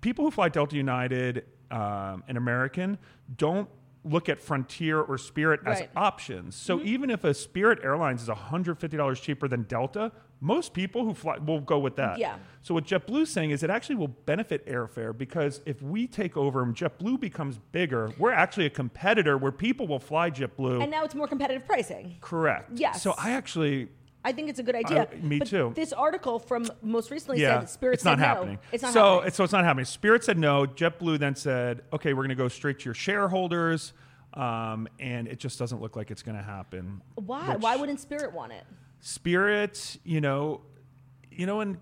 people who fly Delta United um, and American don't look at Frontier or Spirit as
Right. Mm-hmm.
options. So even if a Spirit Airlines is $150 cheaper than Delta, most people who fly will go with that.
Yeah.
So what JetBlue's saying is it actually will benefit airfare because if we take over and JetBlue becomes bigger, we're actually a competitor where people will fly JetBlue.
and now it's more competitive pricing.
Correct.
Yes.
So I actually
I think it's a good idea.
I- me
But
too.
This article from most recently
yeah,
said that Spirit
it's not
said
happening.
No. It's not
so,
happening.
So it's not happening. Spirit said no. JetBlue then said, okay, we're going to go straight to your shareholders. Um, and it just doesn't look like it's going to happen.
why?
Which
Why wouldn't Spirit want it?
Spirit, you know, you know, in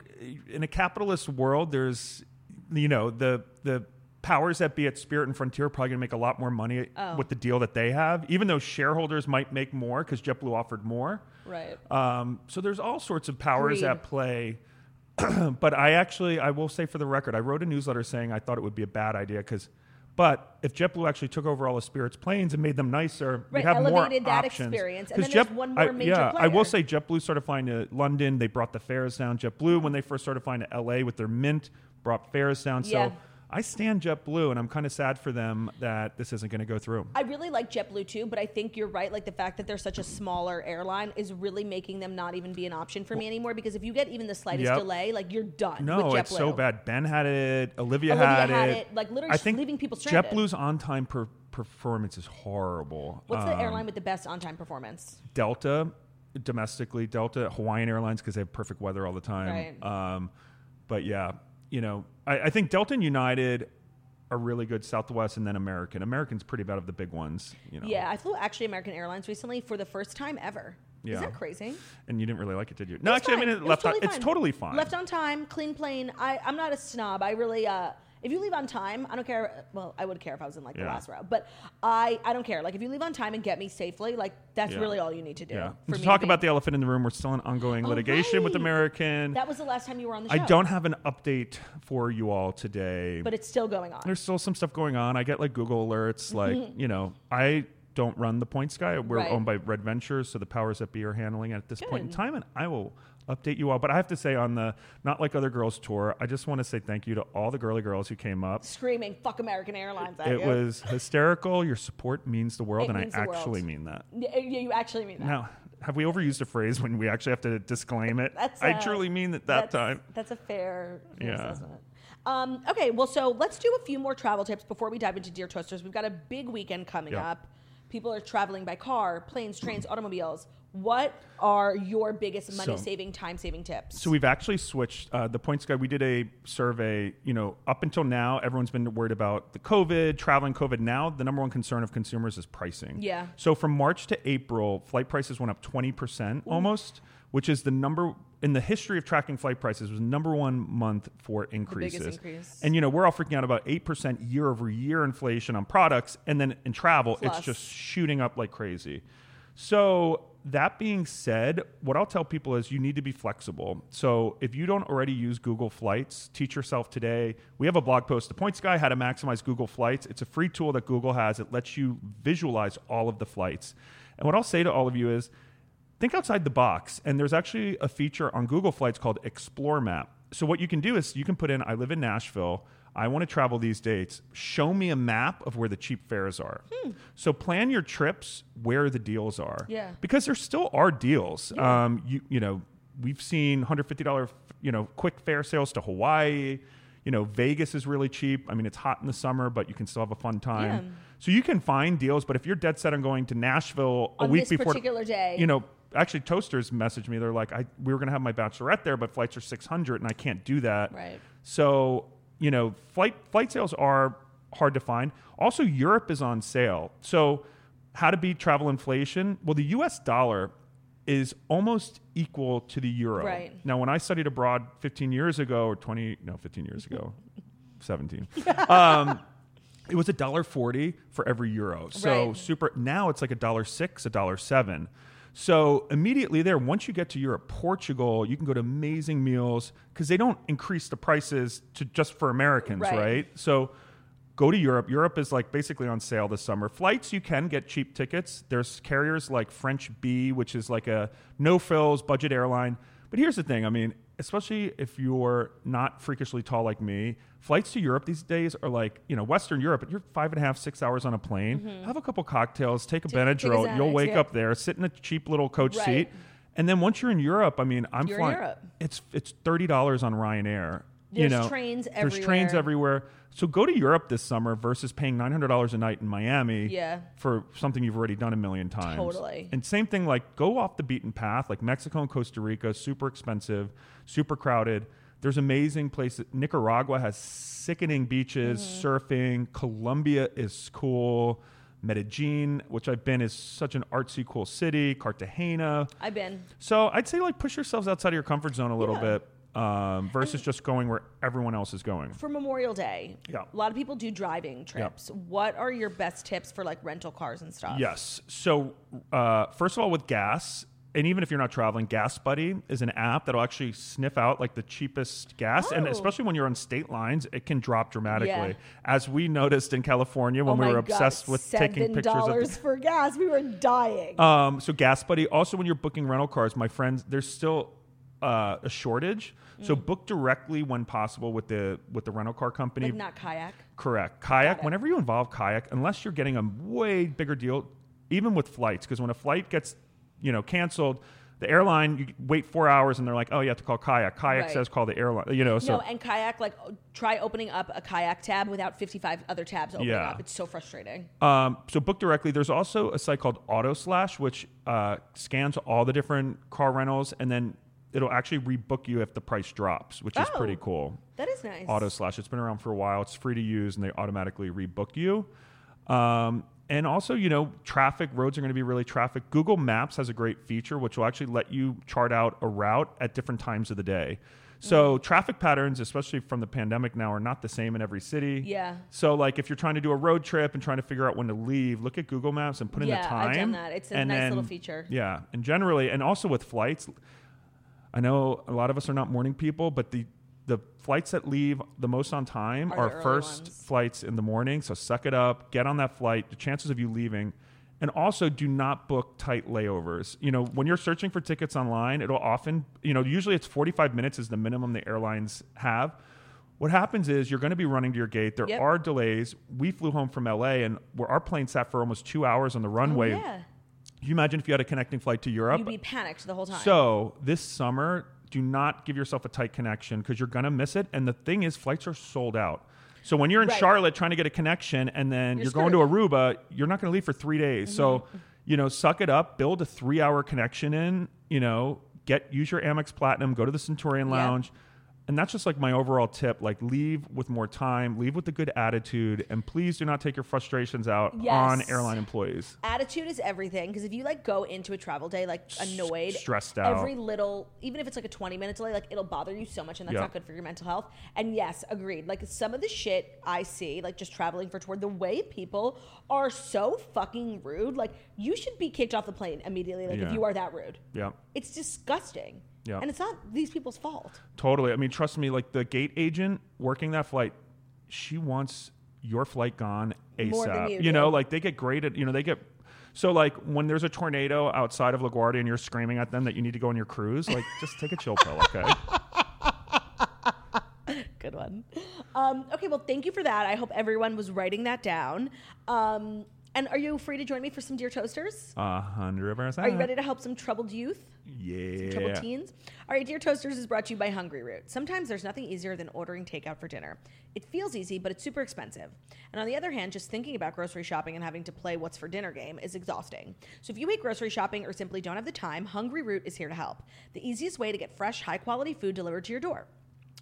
in a capitalist world, there's, you know, the the powers that be at Spirit and Frontier are probably going to make a lot more money
Oh.
with the deal that they have, even though shareholders might make more because JetBlue offered more.
Right.
Um, so there's all sorts of powers
Greed.
at play. [CLEARS THROAT] but I actually, I will say for the record, I wrote a newsletter saying I thought it would be a bad idea because, But if JetBlue actually took over all of Spirit's planes and made them nicer,
Right,
we have
elevated
more
that
options.
experience, and
'Cause
then there's one more
I,
major
yeah, I
player.
will say JetBlue started flying to London. They brought the fares down. JetBlue, when they first started flying to LA with their Mint, brought fares down.
Yeah.
So I stand JetBlue, and I'm kind of sad for them that this isn't going to go through.
I really like JetBlue too, but I think you're right. Like the fact that they're such a smaller airline is really making them not even be an option for me anymore. Because if you get even the slightest
Yep.
delay, like you're done.
No,
with JetBlue.
it's so bad. Ben had it. Olivia,
Olivia
had,
had
it.
it, like, literally
I
just
think
leaving people stranded.
JetBlue's on-time per- performance is horrible.
What's
Um,
the airline with the best on-time performance?
Delta domestically, Delta Hawaiian Airlines because they have perfect weather all the time. Um, but yeah, you know, I, I think Delta and United are really good. Southwest and then American. American's pretty bad of the big ones. You know.
Yeah, I flew actually American Airlines recently for the first time ever.
Yeah.
Isn't that crazy?
And you didn't really like it, did you? No,
It's
actually,
fine.
I mean,
It
it
was
left on,
fine.
it's totally fine.
Left on time, clean plane. I, I'm not a snob. I really, uh, if you leave on time, I don't care. Well, I would care if I was in like the
Yeah.
last row, but I, I don't care. Like if you leave on time and get me safely, like that's
Yeah.
really all you need to do.
yeah.
for
And to
me
talk
be-
about the elephant in the room, we're still in ongoing litigation with
right.
American.
That was the last time you were on the
I
show.
don't have an update for you all today.
But it's still going on.
there's still some stuff going on. I get like Google alerts, like you know, I don't run the points guy.
Mm-hmm.
We're
Right.
owned by Red Ventures, so the powers that be are handling it at this point in time, and I will update you all. But I have to say, on the not like other girls tour, I just want to say thank you to all the girly girls who came up.
Screaming, fuck American Airlines. At
It
you.
was hysterical. Your support means the world,
It
and I
means the world.
actually mean that.
Yeah, yeah, you actually mean that.
Now, have we overused a phrase when we actually have to disclaim it?
That's,
I
uh,
truly mean it
that's-
that time.
That's a fair
Yeah.
assessment. Um, okay, well, so let's do a few more travel tips before we dive into Dear Toasters. We've got a big weekend coming
Yeah.
up. People are traveling by car, planes, trains, automobiles. What are your biggest money saving, time saving tips?
So we've actually switched uh, the points guy. We did a survey. You know, up until now, everyone's been worried about the COVID, traveling COVID. Now, the number one concern of consumers is pricing.
Yeah.
So from March to April, flight prices went up twenty percent almost, which is the number in the history of tracking flight prices was number one month for increases.
increase.
And you know, we're all freaking out about eight percent year over year inflation on products, and then in travel,
Plus.
it's just shooting up like crazy. So, that being said, what I'll tell people is you need to be flexible. So, if you don't already use Google Flights, teach yourself today. We have a blog post, The Points Guy, How to Maximize Google Flights. It's a free tool that Google has, it lets you visualize all of the flights. And what I'll say to all of you is think outside the box. And there's actually a feature on Google Flights called Explore Map. So, what you can do is you can put in, I live in Nashville. I want to travel these dates. Show me a map of where the cheap fares are. So plan your trips where the deals are.
Hmm. Yeah.
Because there still are deals. Um, you you know, we've seen hundred fifty dollar you know quick fare sales to Hawaii. You know, Vegas is really cheap. I mean, it's hot in the summer, but you can still have a fun time.
Yeah.
So you can find deals. But if you're dead set on going to Nashville a
On
week
this
before,
particular day.
you know. Actually, Toasters messaged me. They're like, "I we were gonna have my bachelorette there, but flights are six hundred, and I can't do that."
Right.
So you know, flight flight sales are hard to find. Also, Europe is on sale. So how to beat travel inflation? Well, the U.S. dollar is almost equal to the euro.
Right.
Now, when I studied abroad 15 years ago, or 20, no, 15 years ago, [LAUGHS]
[LAUGHS]
17. Um, it was a dollar forty for every euro. So
Right.
super. Now it's like a dollar six, a dollar seven. So immediately there, once you get to Europe, Portugal, you can go to amazing meals because they don't increase the prices to just for Americans,
Right.
right? So go to Europe. Europe is like basically on sale this summer. Flights you can get cheap tickets. There's carriers like French B, which is like a no frills budget airline. But here's the thing, I mean, especially if you're not freakishly tall like me, flights to Europe these days are like, you know, Western Europe, you're five and a half, six hours on a plane.
Mm-hmm.
Have a couple cocktails, take a Benadryl, you'll
Xanax,
wake
yeah.
up there, sit in a cheap little coach
Right.
seat. And then once you're in Europe, I mean, I'm
You're in
flying.
Europe.
It's it's thirty dollars on Ryanair. you
There's
know.
trains
There's trains
everywhere.
everywhere everywhere. So go to Europe this summer versus paying nine hundred dollars a night in Miami
Yeah.
for something you've already done a million times.
Totally.
And same thing, like go off the beaten path, like Mexico and Costa Rica, super expensive, super crowded. There's amazing places. Nicaragua has sickening beaches,
Mm-hmm.
surfing. Colombia is cool. Medellin, which I've been, is such an artsy, cool city. Cartagena.
I've been.
So I'd say like push yourselves outside of your comfort zone a little bit um, versus just going where everyone else is going.
For Memorial Day,
Yeah.
a lot of people do driving trips. What are your best tips for like rental cars and stuff?
Yes. So, uh, first of all, with gas, and even if you're not traveling, Gas Buddy is an app that'll actually sniff out like the cheapest gas, and
Oh.
especially when you're on state lines, it can drop dramatically.
Yeah.
As we noticed in California when
oh
we
my
were
God,
obsessed with taking pictures of
$7 for gas. We were dying.
um, so Gas Buddy. Also, when you're booking rental cars, my friends, there's still uh, a shortage. So
Mm.
book directly when possible with the with the rental car company.
like not kayak.
Correct. Kayak. Whenever you involve kayak, unless you're getting a way bigger deal, even with flights, because when a flight gets you know canceled. The airline, you wait four hours, and they're like, "Oh, you have to call kayak." Kayak
Right.
says, "Call the airline." You know, so
no, and kayak like try opening up a kayak tab without 55 other tabs opening
Yeah.
up. It's so frustrating.
Um, so book directly. There's also a site called Auto Slash, which uh, scans all the different car rentals, and then it'll actually rebook you if the price drops, which is
Oh.
pretty cool.
That is nice.
Auto Slash. It's been around for a while. It's free to use, and they automatically rebook you. Um, and also, you know, traffic roads are going to be really traffic. Google Maps has a great feature which will actually let you chart out a route at different times of the day. So
Mm.
traffic patterns, especially from the pandemic now, are not the same in every city.
Yeah.
So like, if you're trying to do a road trip and trying to figure out when to leave, look at Google Maps and put in the
Yeah,
time.
I've done that. It's a
and
nice little feature.
Yeah, and generally, and also with flights, I know a lot of us are not morning people, but the the flights that leave the most on time
Are
are,
the early
first
ones.
flights in the morning. So suck it up, get on that flight. The chances of you leaving, and also do not book tight layovers. You know, when you're searching for tickets online, it'll often, you know, usually it's 45 minutes is the minimum the airlines have. What happens is you're going to be running to your gate. There
Yep.
are delays. We flew home from LA, and where our plane sat for almost two hours on the runway.
Oh, yeah.
Can you imagine if you had a connecting flight to Europe?
You'd be panicked the whole time.
So this summer, do not give yourself a tight connection because you're gonna miss it. And the thing is, flights are sold out. So when you're in
Right.
Charlotte trying to get a connection, and then you're,
You're Mm-hmm.
going to Aruba, you're not gonna leave for three days. So you know, suck it up, build a three-hour connection in. You know, get use your Amex Platinum, go to the Centurion
Yeah.
Lounge. And that's just like my overall tip. Like, leave with more time, leave with a good attitude, and please do not take your frustrations out on
Yes.
airline employees.
attitude is everything because if you like go into a travel day like annoyed
stressed out.
every little even if it's like a 20 minute delay like it'll bother you so much and that's
Yeah.
not good for your mental health and yes agreed like some of the shit i see like just traveling for tour the way people are so fucking rude like you should be kicked off the plane immediately like
Yeah.
if you are that rude
Yeah.
it's disgusting
Yeah.
and it's not these people's fault
Totally. I mean, trust me, like the gate agent working that flight, she wants your flight gone ASAP.
More than you do.
know, like they get graded, you know, they get so like when there's a tornado outside of LaGuardia and you're screaming at them that you need to go on your cruise, like just take a chill pill,
[LAUGHS]
okay?
good one. Um, okay, well, thank you for that. I hope everyone was writing that down. Um, and are you free to join me for some Dear Toasters?
A hundred percent.
Are you ready to help some troubled youth?
Yeah.
Troubled teens? All right, Dear Toasters is brought to you by Hungry Root. Sometimes there's nothing easier than ordering takeout for dinner. It feels easy, but it's super expensive. And on the other hand, just thinking about grocery shopping and having to play what's for dinner game is exhausting. So if you hate grocery shopping or simply don't have the time, Hungry Root is here to help. The easiest way to get fresh, high quality food delivered to your door.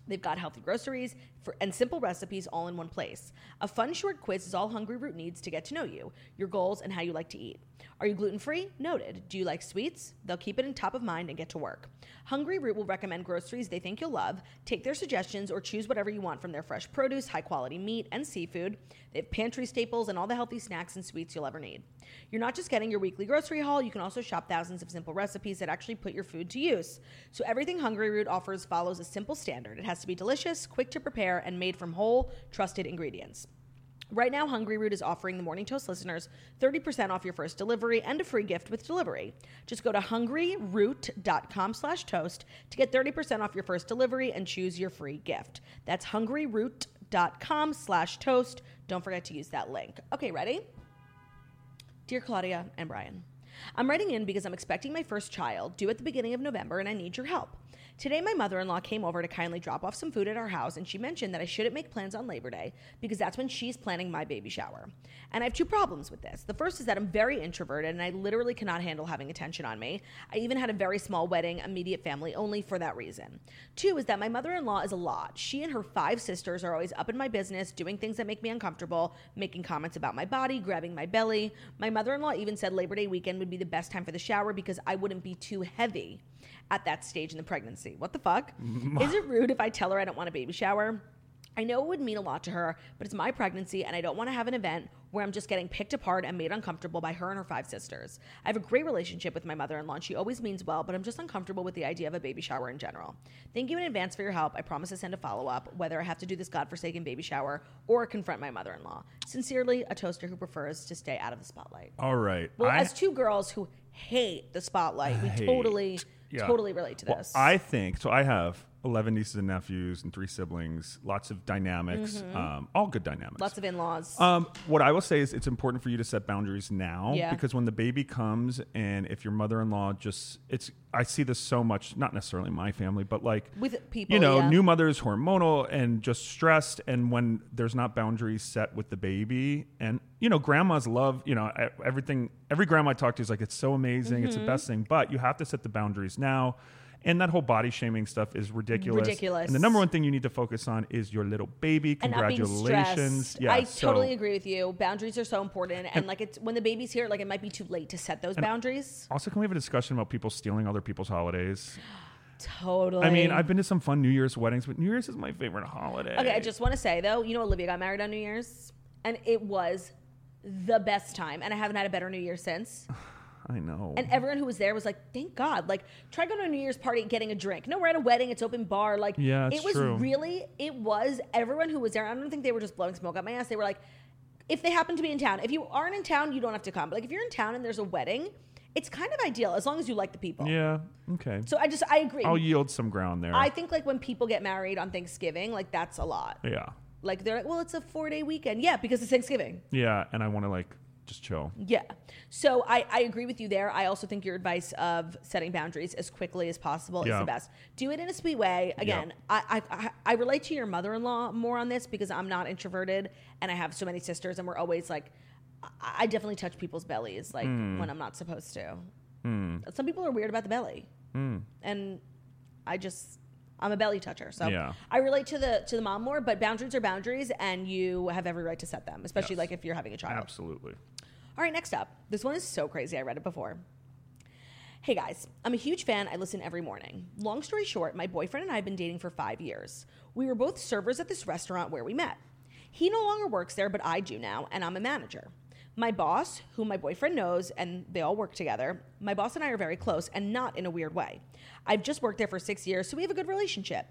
They've got healthy groceries for, and simple recipes all in one place. A fun short quiz is all Hungry Root needs to get to know you, your goals, and how you like to eat. Are you gluten free? Noted. Do you like sweets? They'll keep it in top of mind and get to work. Hungry Root will recommend groceries they think you'll love, take their suggestions, or choose whatever you want from their fresh produce, high quality meat, and seafood. They have pantry staples and all the healthy snacks and sweets you'll ever need. You're not just getting your weekly grocery haul, you can also shop thousands of simple recipes that actually put your food to use. So everything Hungry Root offers follows a simple standard. It has to be delicious, quick to prepare, and made from whole, trusted ingredients. Right now, Hungry Root is offering the Morning Toast listeners 30% off your first delivery and a free gift with delivery. Just go to hungryroot.com slash toast to get 30% off your first delivery and choose your free gift. That's hungryroot.com slash toast. Don't forget to use that link. Okay, ready? Dear Claudia and Brian, I'm writing in because I'm expecting my first child due at the beginning of November and I need your help. Today, my mother in law came over to kindly drop off some food at our house and she mentioned that I shouldn't make plans on Labor Day because that's when she's planning my baby shower. And I have two problems with this. The first is that I'm very introverted and I literally cannot handle having attention on me. I even had a very small wedding, immediate family only for that reason. Two is that my mother in law is a lot. She and her five sisters are always up in my business, doing things that make me uncomfortable, making comments about my body, grabbing my belly. My mother in law even said Labor Day weekend would be the best time for the shower because I wouldn't be too heavy at that stage in the pregnancy. What the fuck? Is it rude if I tell her I don't want a baby shower? I know it would mean a lot to her, but it's my pregnancy and I don't want to have an event where I'm just getting picked apart and made uncomfortable by her and her five sisters. I have a great relationship with my mother in law and she always means well, but I'm just uncomfortable with the idea of a baby shower in general. Thank you in advance for your help. I promise to send a follow up, whether I have to do this godforsaken baby shower or confront my mother in law. Sincerely, a toaster who prefers to stay out of the spotlight.
All right.
Well,
I-
as two girls who hate the spotlight, we
Hate.
totally,
Yeah.
totally relate to
Well,
this.
I think so. I have eleven nieces and nephews and three siblings. Lots of dynamics.
Mm-hmm.
Um, all good dynamics.
Lots of in laws.
Um, what I will say is, it's important for you to set boundaries now
Yeah.
because when the baby comes, and if your mother-in-law just, it's, I see this so much, not necessarily in my family, but like
With people,
you know,
yeah.
new mothers hormonal and just stressed, and when there's not boundaries set with the baby, and you know, grandmas love, you know, e- everything. Every grandma I talk to is like, it's so amazing, it's
Mm-hmm.
the best thing, but you have to set the boundaries now. And that whole body shaming stuff is ridiculous.
Ridiculous.
And the number one thing you need to focus on is your little baby.
and not being
Congratulations.
stressed. I
so-
totally agree with you. Boundaries are so important, and, like it's when the baby's here, like it might be too late to set those boundaries.
Also, can we have a discussion about people stealing other people's holidays?
Totally.
I mean, I've been to some fun New Year's weddings, but New Year's is my favorite holiday.
okay. I just want to say though, you know, Olivia got married on New Year's, and it was the best time, and I haven't had a better New Year since.
I know.
And everyone who was there was like, "Thank God!" Like, try going to a New Year's party, and getting a drink. No, we're at a wedding; it's open bar. Like,
Yeah, it's
it was
true.
really, it was everyone who was there. I don't think they were just blowing smoke up my ass. They were like, if they happen to be in town. If you aren't in town, you don't have to come. But like, if you're in town and there's a wedding, it's kind of ideal as long as you like the people.
yeah. Oh, Okay.
So I just, I agree.
I'll yield some ground there.
I think like when people get married on Thanksgiving, like that's a lot.
yeah.
Like they're like, well, it's a four day weekend. Yeah, because it's Thanksgiving.
Yeah. And I want to like just chill.
Yeah. So I, I agree with you there. I also think your advice of setting boundaries as quickly as possible is
Yeah.
the best. Do it in a sweet way. Again, I, I, I I relate to your mother in law more on this because I'm not introverted and I have so many sisters and we're always like, I, I definitely touch people's bellies like
Hmm.
when I'm not supposed to. Some people are weird about the belly.
Hmm.
And I just. I'm a belly toucher, so
Yeah.
I relate to the to the mom more. But boundaries are boundaries, and you have every right to set them, especially like if you're having a child.
Absolutely.
All right, next up. This one is so crazy. I read it before. Hey guys, I'm a huge fan. I listen every morning. Long story short, my boyfriend and I have been dating for five years. We were both servers at this restaurant where we met. He no longer works there, but I do now, and I'm a manager. My boss, who my boyfriend knows, and they all work together, my boss and I are very close, and not in a weird way. I've just worked there for six years, so we have a good relationship.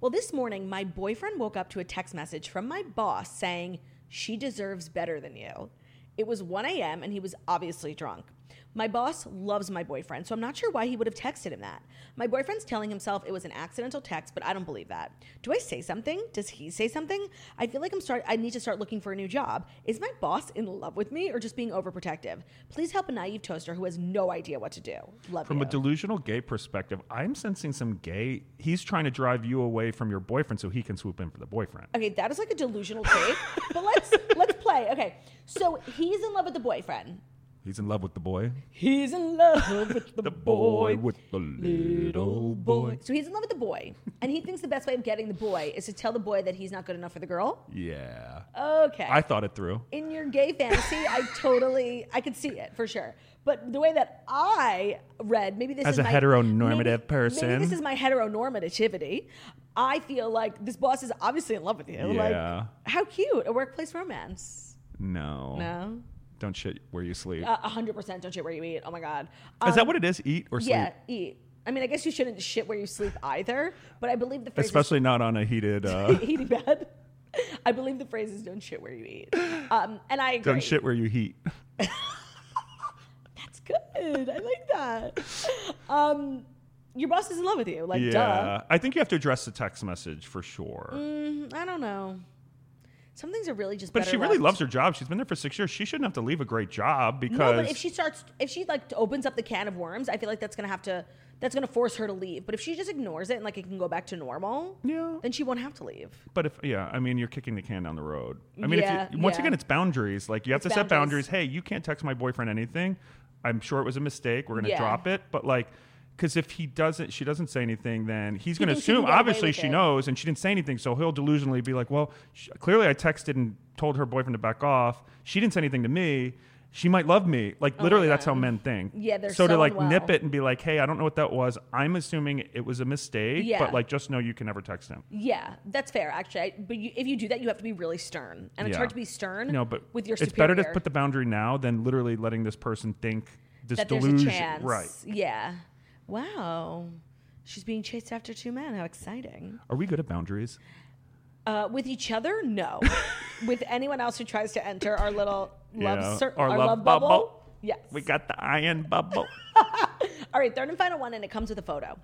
Well, this morning, my boyfriend woke up to a text message from my boss saying, She deserves better than you. It was 1 a.m., and he was obviously drunk. My boss loves my boyfriend, so I'm not sure why he would have texted him that. My boyfriend's telling himself it was an accidental text, but I don't believe that. Do I say something? Does he say something? I feel like I'm start I need to start looking for a new job. Is my boss in love with me or just being overprotective? Please help a naive toaster who has no idea what to do. Love
From
you.
a delusional gay perspective, I'm sensing some gay. He's trying to drive you away from your boyfriend so he can swoop in for the boyfriend.
Okay, that is like a delusional trait. but [LAUGHS] let's let's play. Okay. So he's in love with the boyfriend.
He's in love with the boy.
He's in love with the,
[LAUGHS] The
boy.
boy with the little boy.
So he's in love with the boy, and he thinks the best way of getting the boy is to tell the boy that he's not good enough for the girl.
Yeah.
Okay.
I thought it through.
in your gay fantasy, I totally, I could see it for sure. But the way that I read, maybe this
As
is
a
my,
heteronormative
maybe-
person.
Maybe this is my heteronormativity. I feel like this boss is obviously in love with you.
Yeah.
Like, how cute a workplace romance.
No.
No, Uh,
Don't shit where you sleep.
a hundred percent. Don't shit where you eat. Oh my god.
is that what it is? Eat or sleep?
Yeah, eat. I mean, I guess you shouldn't shit where you sleep either. But I believe the phrase is-
Especially not on a heated.
[LAUGHS]
[LAUGHS] Uh,
eating bad. I believe the phrase is "don't shit where you eat," um, and I agree.
don't shit where you heat.
That's good. I like that. Um, your boss is in love with you. Like,
Yeah.
duh.
I think you have to address the text message for sure.
I don't know. Some things are really just.
but
Mm, better
she really
left-
loves her job. She's been there for six years. She shouldn't have to leave a great job because.
No, but if she starts, if she like opens up the can of worms, I feel like that's gonna have to. That's gonna force her to leave. But if she just ignores it and like it can go back to normal,
Yeah.
then she won't have to leave.
But if yeah, I mean, you're kicking the can down the road. I mean,
Yeah,
if you, once
yeah.
again, it's boundaries. Like you have
It's
to set
boundaries.
boundaries. Hey, you can't text my boyfriend anything. I'm sure it was a mistake. We're gonna
Yeah.
drop it. But like, because if he doesn't, she doesn't say anything, then he's gonna
thinks he can
assume.
get away
Obviously,
with
she
it.
knows, and she didn't say anything, so he'll delusionally be like, "Well, sh clearly, I texted and told her boyfriend to back off. She didn't say anything to me." she might love me. Like literally, that's how men think.
Oh, Yeah, they're
so to
so
like nip
unwell.
it and be like, hey, I don't know what that was. I'm assuming it was a mistake,
Yeah.
but like just know you can never text him.
Yeah, that's fair, actually. I, but you, if you do that, you have to be really stern, and it's
Yeah.
hard to be stern.
No, but
with your
it's
superior,
better to put the boundary now than literally letting this person think this
that there's a
delusion.
chance.
Right?
Yeah. Wow. She's being chased after two men. How exciting.
Are we good at boundaries?
Uh, with each other, no. [LAUGHS] with anyone else who tries to enter our
[LAUGHS]
little love,
Yeah,
cir-
our
our,
love
love, bubble.
bubble.
Yes.
We got the iron
[LAUGHS]
bubble.
All right, third and final one, and it comes with a photo.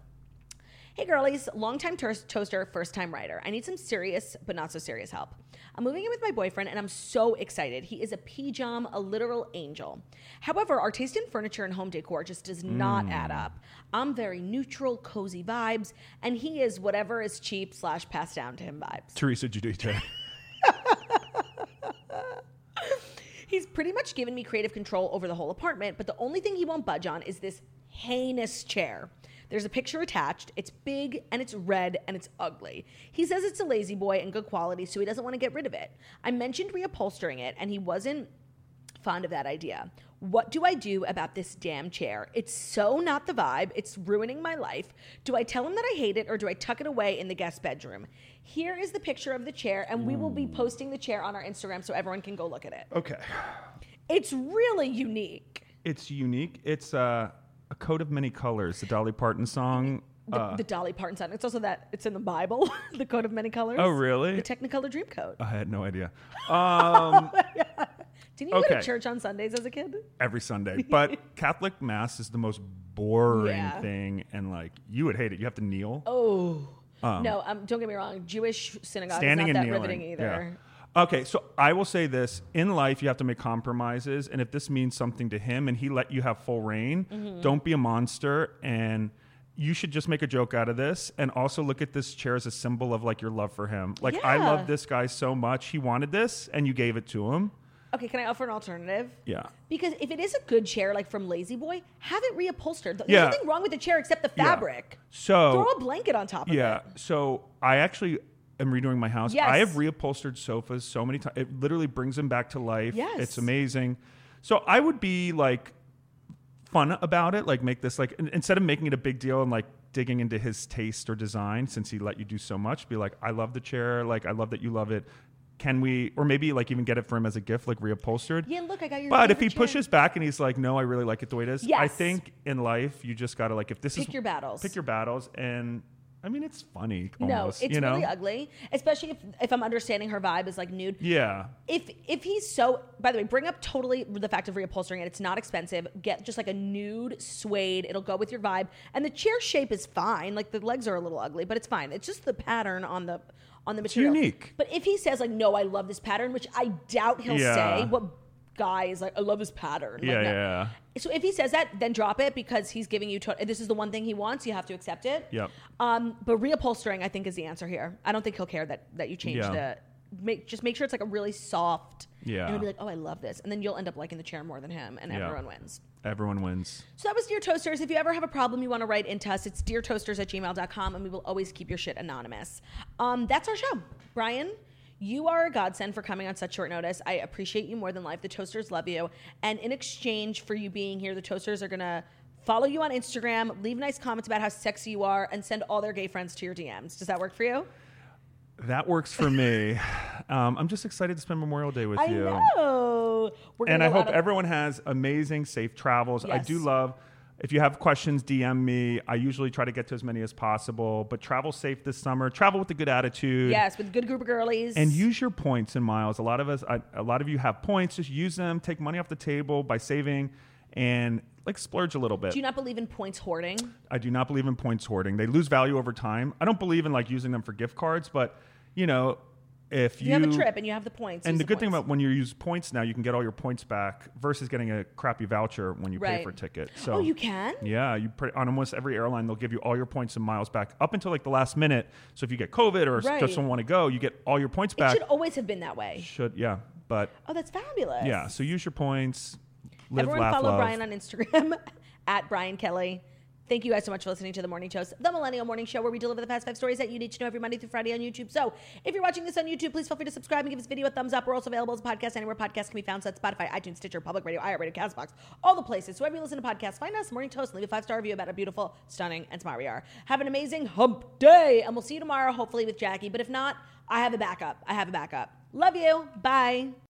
Hey girlies, longtime tour- toaster, first time writer. I need some serious but not so serious help. I'm moving in with my boyfriend and I'm so excited. He is a pjom, a literal angel. However, our taste in furniture and home decor just does not add up. I'm very neutral, cozy vibes, and he is whatever is cheap slash passed down to him vibes.
Teresa Giudice.
He's pretty much given me creative control over the whole apartment, but the only thing he won't budge on is this heinous chair. There's a picture attached. It's big and it's red and it's ugly. He says it's a lazy boy and good quality, so he doesn't want to get rid of it. I mentioned reupholstering it, and he wasn't fond of that idea. What do I do about this damn chair? It's so not the vibe. It's ruining my life. Do I tell him that I hate it or do I tuck it away in the guest bedroom? Here is the picture of the chair, and we will be posting the chair on our Instagram so everyone can go look at it.
okay,
It's really unique.
it's unique. It's uh, a coat of many colors. The Dolly Parton song. uh,
The, the Dolly Parton song. It's also that it's in the Bible, [LAUGHS] the coat of many colors.
Oh, really? Uh,
The Technicolor Dream Coat.
I had no idea.
Didn't you go
okay.
to church on Sundays as a kid?
every Sunday.
[LAUGHS]
But Catholic Mass is the most boring
Yeah.
thing, and like you would hate it. You have to kneel,
Oh. no, um, don't get me wrong. Jewish synagogue
standing
is
and
not that
kneeling.
riveting either.
Yeah. Okay, so I will say this: in life, you have to make compromises, and if this means something to him, and he let you have full reign,
Mm-hmm.
don't be a monster and. You should just make a joke out of this and also look at this chair as a symbol of like your love for him. Like, I
Yeah.
love this guy so much. He wanted this and you gave it to him.
Okay, can I offer an alternative?
Yeah.
Because if it is a good chair, like from Lazy Boy, have it reupholstered. There's
Yeah.
nothing wrong with the chair except the
Yeah.
fabric.
So
Throw a blanket on top of
Yeah.
it.
So I actually am redoing my house.
Yes.
I have reupholstered sofas so many times. It literally brings them back to life.
Yes.
It's amazing. So I would be like fun about it, like make this like in- instead of making it a big deal and like digging into his taste or design since he let you do so much, be like, I love the chair, like I love that you love it. Can we or maybe like even get it for him as a gift, like reupholstered?
Yeah, look, I got your
But if he
favorite chair.
pushes back and he's like, No, I really like it the way it is, I
Yes.
think in life you just gotta like if this is
Pick your battles.
Pick your battles and I mean it's funny
No,
almost.
it's
you know?
really ugly. Especially if, if I'm understanding her vibe is like nude.
Yeah.
if if he's so by the way bring up totally the fact of reupholstering it it's not expensive get just like a nude suede it'll go with your vibe and the chair shape is fine like the legs are a little ugly but it's fine it's just the pattern on the on the material
unique.
but if he says like no i love this pattern which i doubt he'll
Yeah.
say what guy is like i love this pattern Like,
Yeah,
no.
yeah.
so if he says that then drop it because he's giving you to- this is the one thing he wants you have to accept it
Yep.
um, but reupholstering, I think, is the answer here. I don't think he'll care that that you change
Yeah.
the make. Just make sure it's like a really soft.
Yeah.
And he'll be like, "Oh, I love this," and then you'll end up liking the chair more than him, and
Yeah.
everyone wins.
Everyone wins.
So that was Dear Toasters. If you ever have a problem you want to write into us, it's deartoasters at gmail.com, and we will always keep your shit anonymous. Um, that's our show. Brian, you are a godsend for coming on such short notice. I appreciate you more than life. The Toasters love you. And in exchange for you being here, the Toasters are going to follow you on Instagram, leave nice comments about how sexy you are, and send all their gay friends to your DMs. Does that work for you?
That works for me. [SIGHS] um, I'm just excited to spend Memorial Day with
I
you.
know. We're gonna
And
go
I hope
out of-
everyone has amazing, safe travels. I
Yes.
do love if you have questions, DM me. I usually try to get to as many as possible. But travel safe this summer. Travel with a good attitude.
Yes, with a good group of girlies.
and use your points and miles. A lot of us, I, a lot of you have points. Just use them. Take money off the table by saving, and like splurge a little bit.
Do you not believe in points hoarding?
I do not believe in points hoarding. They lose value over time. I don't believe in like using them for gift cards, but you know, if you,
You, have a trip and you have the points.
and
use
the good thing
points.
about when you use points now, you can get all your points back versus getting a crappy voucher when you pay
Right.
for a ticket. So
Oh, you can?
Yeah, you pre- on almost every airline they'll give you all your points and miles back up until like the last minute. So if you get COVID or
Right.
doesn't want to go, you get all your points back.
It should always have been that way.
Should- yeah, but
Oh, that's fabulous.
yeah. So use your points. Live,
Everyone
laugh,
follow
love.
[LAUGHS] Brian on Instagram at Brian Kelly Thank you guys so much for listening to the Morning Toast, the Millennial Morning Show, where we deliver the past five stories that you need to know every Monday through Friday on YouTube. So if you're watching this on YouTube, please feel free to subscribe and give this video a thumbs up. We're also available as a podcast anywhere podcasts can be found, so that's Spotify, iTunes, Stitcher, Public Radio, iHeartRadio, CastBox, all the places. So wherever you listen to podcasts, find us Morning Toast and leave a five star review about how beautiful, stunning, and smart we are. Have an amazing hump day, and we'll see you tomorrow, hopefully with Jackie. But if not, I have a backup. I have a backup. Love you. Bye.